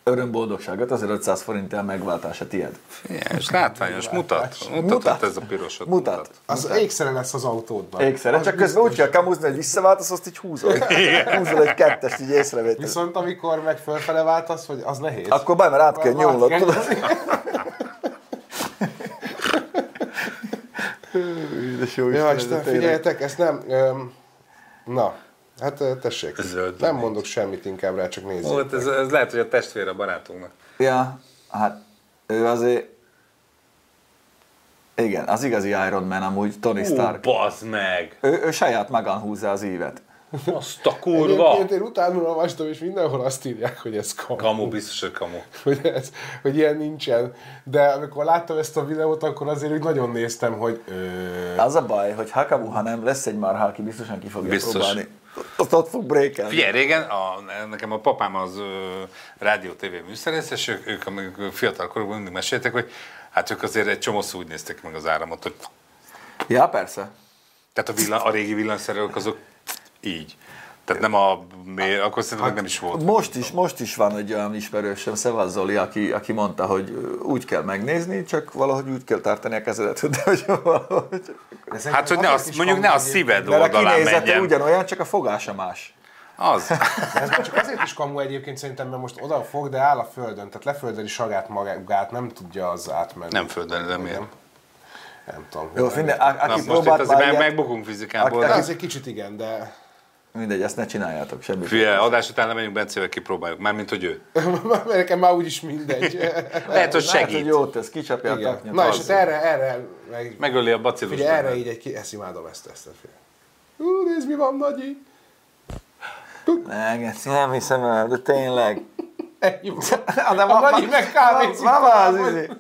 Speaker 3: Öröm, boldogság, 5500 forinttel megváltása tied.
Speaker 1: Igen, és látványos, mutat. Mutat,
Speaker 3: Mutat.
Speaker 1: mutat. ez a pirosot.
Speaker 3: Mutat.
Speaker 2: Az ékszere lesz az autódban.
Speaker 3: Ékszere, csak közben úgy kell kamuzni, hogy visszaváltasz, azt így húzol. húzol egy kettest, így észrevétel.
Speaker 2: Viszont amikor meg fölfele váltasz, hogy az nehéz.
Speaker 3: Akkor baj, mert át kell
Speaker 2: Már- már
Speaker 3: nyúlnod,
Speaker 2: kell.
Speaker 3: tudod? Édes jó
Speaker 2: Ja,
Speaker 3: Istenem,
Speaker 2: Isten,
Speaker 3: de tényleg.
Speaker 2: figyeljetek, ezt nem... Öm, na, hát ö, tessék.
Speaker 1: Zöld
Speaker 2: nem
Speaker 1: van
Speaker 2: mondok semmit, inkább rá csak nézzük.
Speaker 1: Ó, hát ez, ez lehet, hogy a testvére barátunknak.
Speaker 3: Ja, hát ő azért... Igen, az igazi Iron Man amúgy, Tony
Speaker 1: Ú,
Speaker 3: Stark.
Speaker 1: bazd meg!
Speaker 3: Ő, ő saját magán húzza az ívet.
Speaker 1: Azt a kurva!
Speaker 2: Egyébként én utána olvastam, és mindenhol azt írják, hogy ez kamu.
Speaker 1: Kamu, biztos, hogy kamu.
Speaker 2: Hogy, ez, hogy ilyen nincsen. De amikor láttam ezt a videót, akkor azért úgy nagyon néztem, hogy... Ö,
Speaker 3: Az a baj, hogy Hakabuha nem lesz egy marha, aki biztosan ki fogja
Speaker 1: Biztos.
Speaker 3: próbálni. Ott, ott fog brékelni.
Speaker 1: Figyelj, régen a, nekem a papám az ö, rádió TV műszerész, és ők, ők amikor fiatal korukban mindig meséltek, hogy hát ők azért egy csomószor úgy nézték meg az áramot, hogy
Speaker 3: Ja, persze.
Speaker 1: tehát a, villan, a régi villanyszerelők azok így. Tehát nem a... Mér, akkor szerintem meg
Speaker 3: Hát,
Speaker 1: nem is volt.
Speaker 3: Most is, most is van egy olyan ismerősöm, Szevasz Zoli, aki, aki mondta, hogy ö, úgy kell megnézni, csak valahogy úgy kell tartani a kezedet, de hogy valahogy.
Speaker 1: Hát, hogy ne az, mondjuk ne a szíved
Speaker 3: Mert a
Speaker 1: oldalán
Speaker 3: kinézete
Speaker 1: menjen.
Speaker 3: ugyanolyan, csak a fogása más.
Speaker 1: Az.
Speaker 2: Ez már csak azért is kamu egyébként szerintem, mert most oda fog, de áll a földön, tehát leföldeli saját magát, nem tudja az átmenni.
Speaker 1: Nem földön, de miért?
Speaker 2: Nem tudom.
Speaker 3: Jó, minden, a,
Speaker 1: Na,
Speaker 3: Hát aki
Speaker 1: most itt
Speaker 3: próbált
Speaker 1: azért
Speaker 3: már
Speaker 1: meg,
Speaker 3: ilyet,
Speaker 1: megbukunk fizikából.
Speaker 3: Aki-
Speaker 2: De
Speaker 1: de-
Speaker 2: az egy kicsit igen, de
Speaker 3: Mindegy, ezt ne csináljátok semmit.
Speaker 1: Fie, adás után nem menjünk Bencével, kipróbáljuk. Mármint, hogy ő.
Speaker 2: Mert nekem már úgyis mindegy.
Speaker 1: Lehet, hogy
Speaker 3: Lehet, hogy
Speaker 1: segít.
Speaker 3: jót tesz, kicsapja a
Speaker 2: Igen.
Speaker 3: taknyot.
Speaker 2: Na és hát erre, erre, meg,
Speaker 1: Megöli a bacillus.
Speaker 2: Ugye erre
Speaker 1: benned.
Speaker 2: így egy ki, ezt imádom ezt, ezt. ezt. Ú, nézd, mi van, Nagyi! Tuk,
Speaker 3: Ne, Geci, nem hiszem el, de tényleg.
Speaker 2: ennyi volt.
Speaker 3: Ah, de
Speaker 2: A
Speaker 3: ma-
Speaker 2: Nagyi
Speaker 3: ma-
Speaker 2: meg kávézik.
Speaker 3: ma- ma- ma az izé.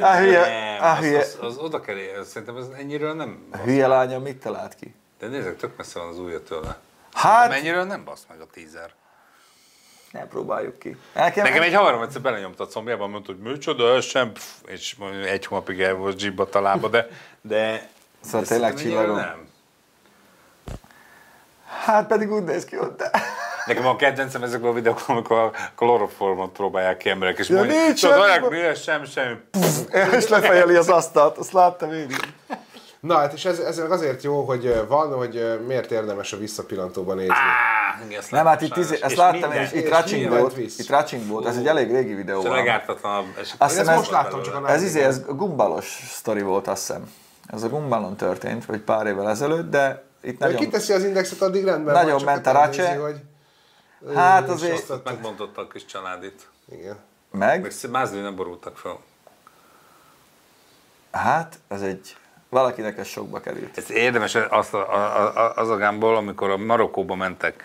Speaker 3: A hülye,
Speaker 1: Nem,
Speaker 3: a
Speaker 1: az,
Speaker 3: hülye,
Speaker 1: az, az, oda kell ér- Szerintem ez ennyiről nem...
Speaker 3: a hülye lánya mit talált ki?
Speaker 1: De nézzek, tök messze van az ujja tőle. Hát...
Speaker 3: Hát,
Speaker 1: Mennyiről nem basz meg a tízer.
Speaker 3: ne próbáljuk ki. Nekem,
Speaker 1: Nekem egy haverom egyszer belenyomta a combjába, mondta, hogy micsoda, ez sem, pff, és mondjuk egy hónapig el volt zsibbadt a lába, de... de
Speaker 3: Szóval
Speaker 1: de
Speaker 3: tényleg
Speaker 1: szerintem ennyire
Speaker 3: csillagon?
Speaker 1: Nem.
Speaker 3: Hát pedig úgy néz ki ott.
Speaker 1: Nekem a kedvencem ezekből a videókon, amikor a kloroformot próbálják ki emberek, és
Speaker 3: Ja,
Speaker 1: mondják,
Speaker 3: nincs
Speaker 1: tudod,
Speaker 3: semmi
Speaker 1: öreg,
Speaker 3: baj."
Speaker 1: mire sem, semmi.
Speaker 3: És lefejeli az asztalt, azt láttam én. is.
Speaker 2: Na hát, és ez, ez meg azért jó, hogy ö, van, hogy ö, miért érdemes a visszapillantóban nézni.
Speaker 1: Á, igen, ezt
Speaker 3: Nem,
Speaker 1: láttam
Speaker 3: hát itt,
Speaker 1: sajnos.
Speaker 3: izé, ezt
Speaker 1: És
Speaker 3: láttam én,
Speaker 1: minden- Szóval
Speaker 3: és itt
Speaker 2: és
Speaker 3: racing
Speaker 2: mindent
Speaker 3: volt,
Speaker 2: visz.
Speaker 3: itt racing volt, ez egy elég régi videó.
Speaker 1: És a
Speaker 3: volt.
Speaker 1: legártatlanabb eset.
Speaker 3: Azt
Speaker 2: Én ezt
Speaker 3: ez-
Speaker 2: most láttam csak a
Speaker 1: szóval
Speaker 3: Ez
Speaker 2: Nádin.
Speaker 3: izé, ez gumbalos sztori volt, azt hiszem. Ez a gumbalon történt, vagy pár évvel ezelőtt, de itt
Speaker 2: Nagyon...
Speaker 3: nagyon...
Speaker 2: Kiteszi az indexet, addig rendben
Speaker 3: Nagyon
Speaker 2: van, csak
Speaker 3: ment a
Speaker 2: utána nézi,
Speaker 3: racse.
Speaker 2: hogy-
Speaker 3: Hát
Speaker 2: És
Speaker 3: azért-
Speaker 2: azt ott-
Speaker 1: Megmondotta a kis családit.
Speaker 2: Igen.
Speaker 1: Meg
Speaker 3: Meg?
Speaker 1: mázni nem borultak fel.
Speaker 3: Hát, ez egy... Valakinek ez sokba került.
Speaker 1: Ez érdemes azt a, a, a, az a gámból, amikor a Marokkóba mentek,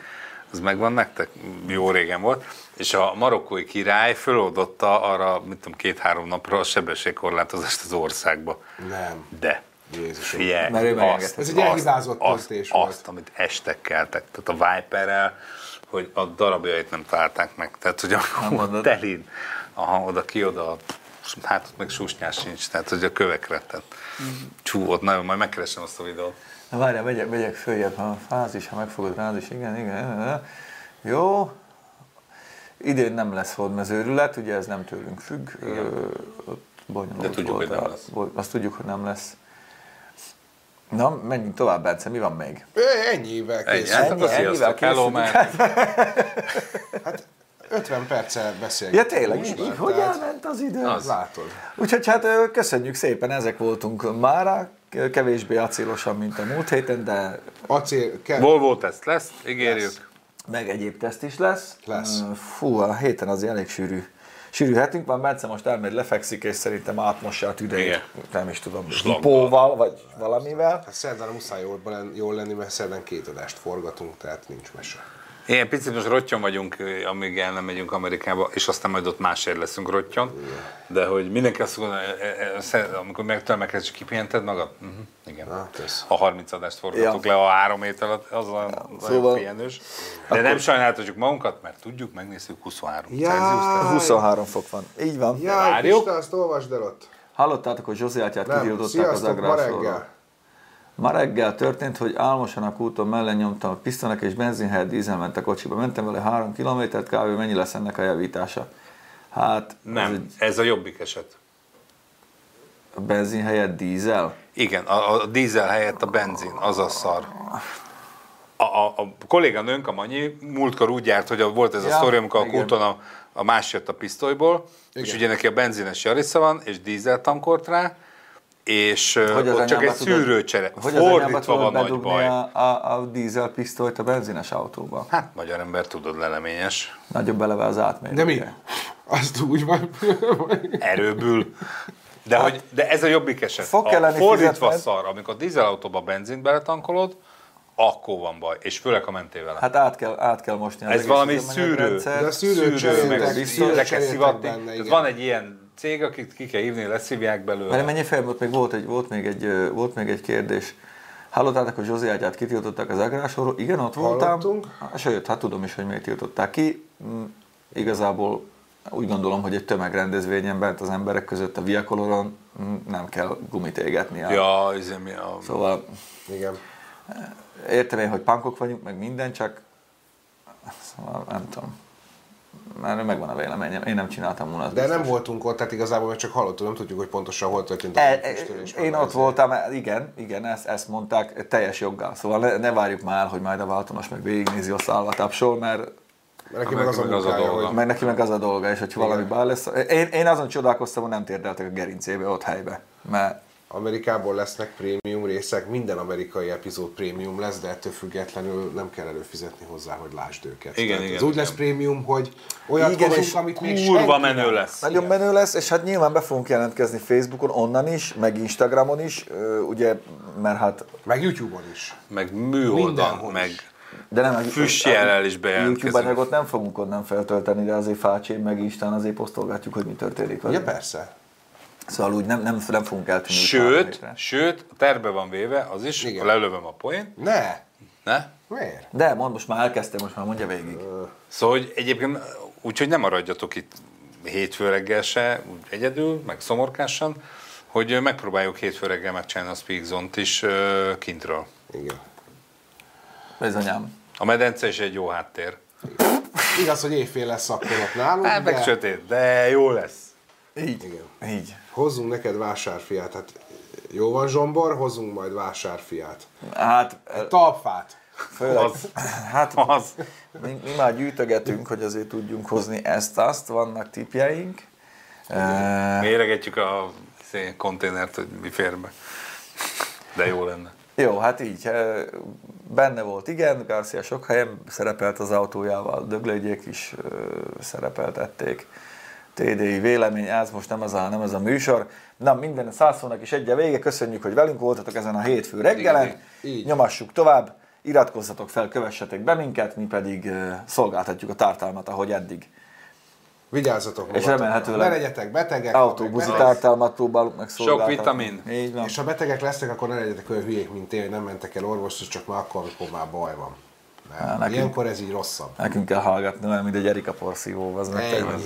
Speaker 1: az megvan nektek? Jó régen volt. És a marokkói király föloldotta arra, mit tudom, két-három napra a sebességkorlátozást az országba.
Speaker 2: Nem.
Speaker 1: De.
Speaker 2: Jézusom.
Speaker 1: Figyelj,
Speaker 3: Mert ő
Speaker 1: azt,
Speaker 3: megengedhette.
Speaker 2: Ez egy
Speaker 1: azt-
Speaker 2: elhibázott
Speaker 1: azt,
Speaker 2: döntés volt.
Speaker 1: azt, amit estek keltek, tehát a Viperrel, hogy a darabjait nem találták meg. Tehát, hogy a
Speaker 3: mondod.
Speaker 1: telin, aha, oda ki, oda, hát ott meg susnyás sincs, tehát, hogy a kövekre. Tehát, csú, ott nagyon, majd megkeresem azt a videót.
Speaker 3: Na várjál, megyek, megyek följebb, ha fázis, ha megfogod rázis, igen, igen, igen, igen. Jó. Idén nem lesz hódmezőrület, ugye ez nem tőlünk függ. Ö, ott bonyolult
Speaker 1: De tudjuk,
Speaker 3: volt
Speaker 1: hogy nem
Speaker 3: a-
Speaker 1: lesz.
Speaker 3: volt- Azt tudjuk, hogy nem lesz. Na, menjünk tovább, Bence, mi van még?
Speaker 2: Ö, Ennyivel
Speaker 1: Ennyi,
Speaker 2: készült.
Speaker 1: hát
Speaker 3: Ennyi,
Speaker 1: akkor
Speaker 3: ennyivel
Speaker 1: sziasztok, hello,
Speaker 3: készültünk.
Speaker 1: man.
Speaker 2: 50 perccel beszélgetünk.
Speaker 3: Ja tényleg, így, így, hogy elment az idő?
Speaker 1: Az.
Speaker 2: Látod.
Speaker 3: Úgyhogy hát ö, köszönjük szépen, ezek voltunk mára, kevésbé acélosan, mint a múlt héten, de
Speaker 2: Acél, kell.
Speaker 1: Volvo teszt lesz, ígérjük.
Speaker 3: meg egyéb teszt is lesz.
Speaker 2: Lesz.
Speaker 3: Ö, Fú, a héten azért elég sűrű. Sűrű hetünk van, Bence most elmegy, lefekszik, és szerintem átmossa a tüdejét.
Speaker 1: Igen.
Speaker 3: Nem is tudom,
Speaker 1: Slanggal.
Speaker 3: hipóval, vagy valamivel.
Speaker 2: Hát szerdán muszáj jól, len- jól lenni, mert szerdán két adást forgatunk, tehát nincs mese.
Speaker 1: Ilyen picit most rottyon vagyunk, amíg el nem megyünk Amerikába, és aztán majd ott másért leszünk rottyon. De hogy mindenki azt mondja, e- e- e- szer- amikor megtörmekedsz, és kipihented magad? Mhm, igen.
Speaker 2: Na, kösz.
Speaker 1: A 30 adást forgatok
Speaker 3: Hát Ja.
Speaker 1: le a három hét alatt, az a, az szóval,
Speaker 3: szóval-
Speaker 1: a pihenős. De nem sajnáltatjuk magunkat, mert tudjuk, megnézzük 23
Speaker 2: Jaj.
Speaker 1: Celsius.
Speaker 3: 23 fok van. Így van.
Speaker 2: Jaj,
Speaker 1: Várjuk.
Speaker 2: Pista, azt olvasd el ott.
Speaker 3: Hallottátok, hogy Zsozé atyát
Speaker 2: Nem,
Speaker 3: kitiltották az
Speaker 2: sziasztok, ma
Speaker 3: agrársorról.
Speaker 2: reggel.
Speaker 3: Ma reggel történt, hogy álmosan a kúton mellé nyomtam a pisztonak, és benzinhelyett dízel ment a kocsiba. Mentem vele 3 kilométert, kb. mennyi lesz ennek a javítása? Hát, Ez
Speaker 1: Nem,
Speaker 3: egy
Speaker 1: ez a jobbik eset.
Speaker 3: benzin helyett dízel?
Speaker 1: Igen, a, a dízel helyett a benzin, az a szar. A, a, a kolléganőnk, a Manyi, múltkor úgy járt, hogy a, volt ez a
Speaker 3: Ja,
Speaker 1: sztori, amikor a
Speaker 3: igen.
Speaker 1: kúton a, a más jött a pisztolyból, igen. és ugye neki a benzines jarisza van, és dízel tankort rá, és ö,
Speaker 3: Hogy az
Speaker 1: ott csak
Speaker 3: anyába
Speaker 1: egy
Speaker 3: tudod-
Speaker 1: szűrőcsere.
Speaker 3: Hogy az anyába
Speaker 1: Fordítva
Speaker 3: tudod
Speaker 1: van nagy
Speaker 3: bedugni
Speaker 1: baj.
Speaker 3: a, a, a dízel pisztolyt a benzines autóba?
Speaker 1: Hát magyar ember, tudod, leleményes.
Speaker 3: Nagyobb eleve az
Speaker 2: De
Speaker 3: átmérője.
Speaker 2: mi? Azt úgy van.
Speaker 1: Erőből. De, hogy, de ez a jobbik eset.
Speaker 3: Hát fog
Speaker 1: A
Speaker 3: elleni
Speaker 1: fordítva
Speaker 3: fizetned.
Speaker 1: szar, amikor a dízelautóba benzint beletankolod, akkor van baj, és főleg, ha mentél vele.
Speaker 3: Hát át kell, át kell mosni az
Speaker 1: Ez
Speaker 3: egész
Speaker 1: valami
Speaker 3: üzemanyagrendszer.
Speaker 1: szűrő.
Speaker 2: De a szűrőt
Speaker 1: Szűrő, meg
Speaker 2: cseréltek,
Speaker 1: biztos,
Speaker 2: szűrőt
Speaker 1: le kell
Speaker 2: cseréltek
Speaker 1: szivatni.
Speaker 2: benne,
Speaker 1: Tehát
Speaker 2: igen.
Speaker 1: van egy ilyen cég, akit ki kell hívni, leszívják belőle.
Speaker 3: Mert mennyi fel volt, még volt egy, volt még egy, ö, volt még egy kérdés. Hallottátok, hogy Zsozé ágyát kitiltották az agrásról? Igen, ott voltam.
Speaker 2: Hallottunk.
Speaker 3: Hát, Sőt, hát tudom is, hogy miért tiltották ki. Mm, Igazából úgy gondolom, hogy egy tömegrendezvényen bent az emberek között a viakoloron nem kell gumit égetni.
Speaker 1: Ja, ez mi a...
Speaker 3: Szóval
Speaker 2: Igen.
Speaker 3: Értem én, hogy punkok vagyunk, meg minden, csak szóval nem tudom. Már megvan a véleményem, én nem csináltam volna. az
Speaker 2: De
Speaker 3: biztos.
Speaker 2: nem voltunk ott, tehát igazából még csak hallottuk, nem tudjuk, hogy pontosan hol történt a
Speaker 3: E,
Speaker 2: testülés.
Speaker 3: e, én ott voltam, igen, igen, ezt, ezt mondták teljes joggal. Szóval ne, ne várjuk már, hogy majd a váltonos meg végignézi a szállva tapsol, mert
Speaker 2: Neki meg az a
Speaker 1: Neki meg az a
Speaker 2: munkája,
Speaker 1: dolga.
Speaker 2: hogy
Speaker 3: meg neki meg az a dolga, és hogyha valami bár lesz. Én, én azon csodálkoztam, hogy nem térdeltek a gerincébe ott helybe, mert
Speaker 2: Amerikából lesznek prémium részek, minden amerikai epizód prémium lesz, de ettől függetlenül nem kell előfizetni hozzá, hogy lásd őket.
Speaker 1: Igen,
Speaker 2: ez
Speaker 1: igen,
Speaker 2: úgy
Speaker 1: igen.
Speaker 2: lesz prémium, hogy olyat
Speaker 3: Igen,
Speaker 2: igen,
Speaker 3: és
Speaker 2: hozunk, amit még
Speaker 1: Kurva
Speaker 2: senki
Speaker 1: menő
Speaker 2: nem.
Speaker 1: lesz.
Speaker 3: Nagyon menő lesz, és hát nyilván be fogunk jelentkezni Facebookon, onnan is, meg Instagramon is, ö, ugye, mert hát,
Speaker 2: Meg YouTube-on is.
Speaker 1: Meg műholdal,
Speaker 2: Mindenhol
Speaker 1: meg
Speaker 2: is.
Speaker 3: de nem...
Speaker 1: füstjellel is
Speaker 3: YouTube
Speaker 1: bejelentkezünk.
Speaker 3: anyagot nem fogunk onnan feltölteni, de azért fácsén meg Instán azért posztolgatjuk, hogy mi történik vele.
Speaker 2: Ugye persze.
Speaker 3: Szóval úgy nem, nem, nem fogunk eltűnni. három
Speaker 1: Sőt,
Speaker 3: hétre.
Speaker 1: sőt, terbe van véve az is,
Speaker 2: Igen.
Speaker 1: ha lelövöm a poént,
Speaker 2: Ne!
Speaker 1: ne?
Speaker 2: Miért?
Speaker 3: De mond, most már elkezdtem, most már mondja végig.
Speaker 1: Szóval, hogy egyébként úgyhogy nem maradjatok itt hétfő reggel se, úgy egyedül, meg szomorkásan, hogy ö, megpróbáljuk hétfő reggel megcsinálni a Speak Zone-t is ö, kintről.
Speaker 2: Igen.
Speaker 3: Bizonyám.
Speaker 1: A medence is egy jó háttér.
Speaker 2: Igaz, hogy éjfél lesz akkor ott nálunk,
Speaker 1: Hát meg
Speaker 2: de
Speaker 1: sötét, de jó lesz.
Speaker 3: Így.
Speaker 2: Igen.
Speaker 3: Így.
Speaker 2: hozzunk neked vásárfiát. Hát jó van Zsombor, hozzunk majd vásárfiát.
Speaker 3: Hát,
Speaker 2: Talpfát.
Speaker 3: főleg,
Speaker 1: Az.
Speaker 3: hát
Speaker 1: Az.
Speaker 3: mi, mi már gyűjtögetünk, hogy azért tudjunk hozni ezt-azt, vannak tipjeink. E,
Speaker 1: Méregetjük a izé, konténert, hogy mi fér be. De jó lenne.
Speaker 3: jó, hát így. e, Benne volt, igen, Garcia sok helyen szerepelt az autójával, döglődjék is e, szerepeltették. TDI vélemény, ez most nem ez a, nem ez a műsor. Na, minden száz szónak is egy a vége. Köszönjük, hogy velünk voltatok ezen a hétfő reggelen.
Speaker 2: Így. Így.
Speaker 3: Nyomassuk tovább, iratkozzatok fel, kövessetek be minket, mi pedig e, szolgáltatjuk a tartalmat, ahogy eddig.
Speaker 2: Vigyázzatok magatokra.
Speaker 3: remélhetőleg
Speaker 2: Ne legyetek betegek.
Speaker 3: Autóbuzi
Speaker 2: ha meg beteg-
Speaker 3: tartalmat próbálunk meg szolgáltatni.
Speaker 1: vitamin.
Speaker 3: Így van.
Speaker 2: És ha betegek lesznek, akkor ne legyetek olyan hülyék, mint én, hogy nem mentek el orvoshoz, csak már akkor, amikor már baj van.
Speaker 3: Á,
Speaker 2: Mert
Speaker 3: nekünk-
Speaker 2: ilyenkor ez így rosszabb.
Speaker 3: Nekünk kell hallgatni, olyan, mint egy Erika Porszívó, az meg tényleg.
Speaker 2: Ennyi.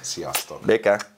Speaker 2: Sziasztok.
Speaker 3: Béke.